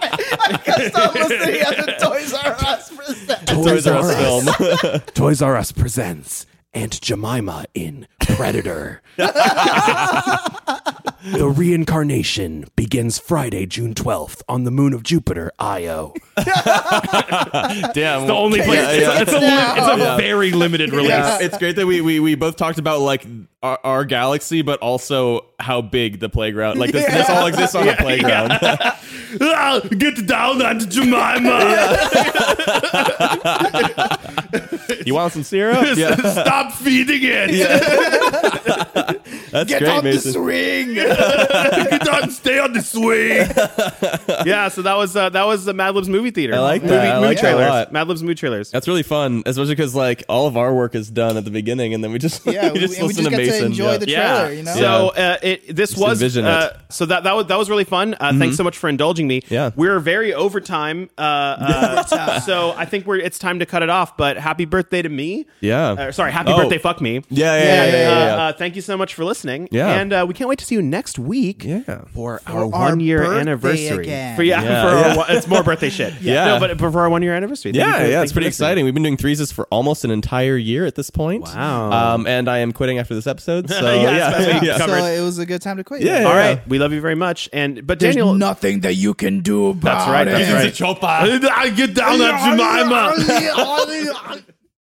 Speaker 3: listening at the Toys R Us for a second.
Speaker 5: Toys
Speaker 4: Toys R
Speaker 5: R
Speaker 4: Us film.
Speaker 5: Us. Toys R Us presents Aunt Jemima in Predator. the reincarnation begins Friday, June 12th on the moon of Jupiter, Io.
Speaker 4: Damn.
Speaker 2: The only place.
Speaker 4: Yeah,
Speaker 2: it's,
Speaker 4: yeah.
Speaker 2: a- it's a, li- it's a very limited release.
Speaker 4: Yeah, it's great that we, we we both talked about like our, our galaxy, but also how big the playground. Like this, this all exists on a playground.
Speaker 2: Ah, get down, Aunt Jemima.
Speaker 4: You want some syrup? Yeah,
Speaker 2: Stop feeding it.
Speaker 4: that's great, Mason.
Speaker 2: swing. get on, stay on the swing. yeah, so that was uh, that was the Mad Libs movie theater.
Speaker 4: I like that.
Speaker 2: Movie,
Speaker 4: I
Speaker 2: movie
Speaker 4: like that a
Speaker 2: trailers.
Speaker 4: lot.
Speaker 2: Mad Libs movie trailers.
Speaker 4: That's really fun, especially because like all of our work is done at the beginning, and then we just
Speaker 3: Yeah,
Speaker 4: we
Speaker 3: we,
Speaker 4: just
Speaker 3: we
Speaker 4: listen
Speaker 3: just
Speaker 4: to
Speaker 3: get
Speaker 4: Mason.
Speaker 3: to enjoy
Speaker 4: yeah.
Speaker 3: the trailer, you know?
Speaker 2: So uh, it, this was
Speaker 4: envision Mm-hmm.
Speaker 2: uh, so that that was that was really fun. Uh, Thanks so much for indulging me.
Speaker 4: Yeah.
Speaker 2: we're very overtime. Uh, uh, so I think we're it's time to cut it off. But happy birthday to me.
Speaker 4: Yeah.
Speaker 2: Uh, sorry, happy
Speaker 4: Oh.
Speaker 2: birthday, fuck me.
Speaker 4: yeah, yeah, yeah, yeah, yeah,
Speaker 2: Uh,
Speaker 4: yeah.
Speaker 2: uh, thank you so much for listening.
Speaker 4: Yeah.
Speaker 2: And uh, we can't wait to see you next week
Speaker 4: Yeah.
Speaker 2: for our
Speaker 3: our
Speaker 2: one year
Speaker 3: birthday
Speaker 2: anniversary.
Speaker 3: again.
Speaker 2: For, yeah,
Speaker 4: Yeah.
Speaker 2: for Our, one- it's more birthday shit.
Speaker 4: Yeah.
Speaker 2: No, but but for our one year anniversary. Thank you
Speaker 4: Yeah,
Speaker 2: for-
Speaker 4: yeah,
Speaker 2: thank
Speaker 4: it's
Speaker 2: you
Speaker 4: pretty
Speaker 2: for listening.
Speaker 4: exciting. We've been doing threeses for almost an entire year at this point.
Speaker 2: Wow.
Speaker 4: Um, and I am quitting after this episode. So
Speaker 2: Yeah,
Speaker 4: yeah,
Speaker 2: that's what we
Speaker 4: yeah.
Speaker 2: covered.
Speaker 3: So it was a good time to quit.
Speaker 4: Yeah.
Speaker 2: All right. We love you very much. And but
Speaker 3: There's
Speaker 2: Daniel
Speaker 3: nothing that you can do about
Speaker 2: That's right,
Speaker 3: it.
Speaker 2: that's right.
Speaker 4: Chopa.
Speaker 5: I get down at Jemima.
Speaker 3: Jemima.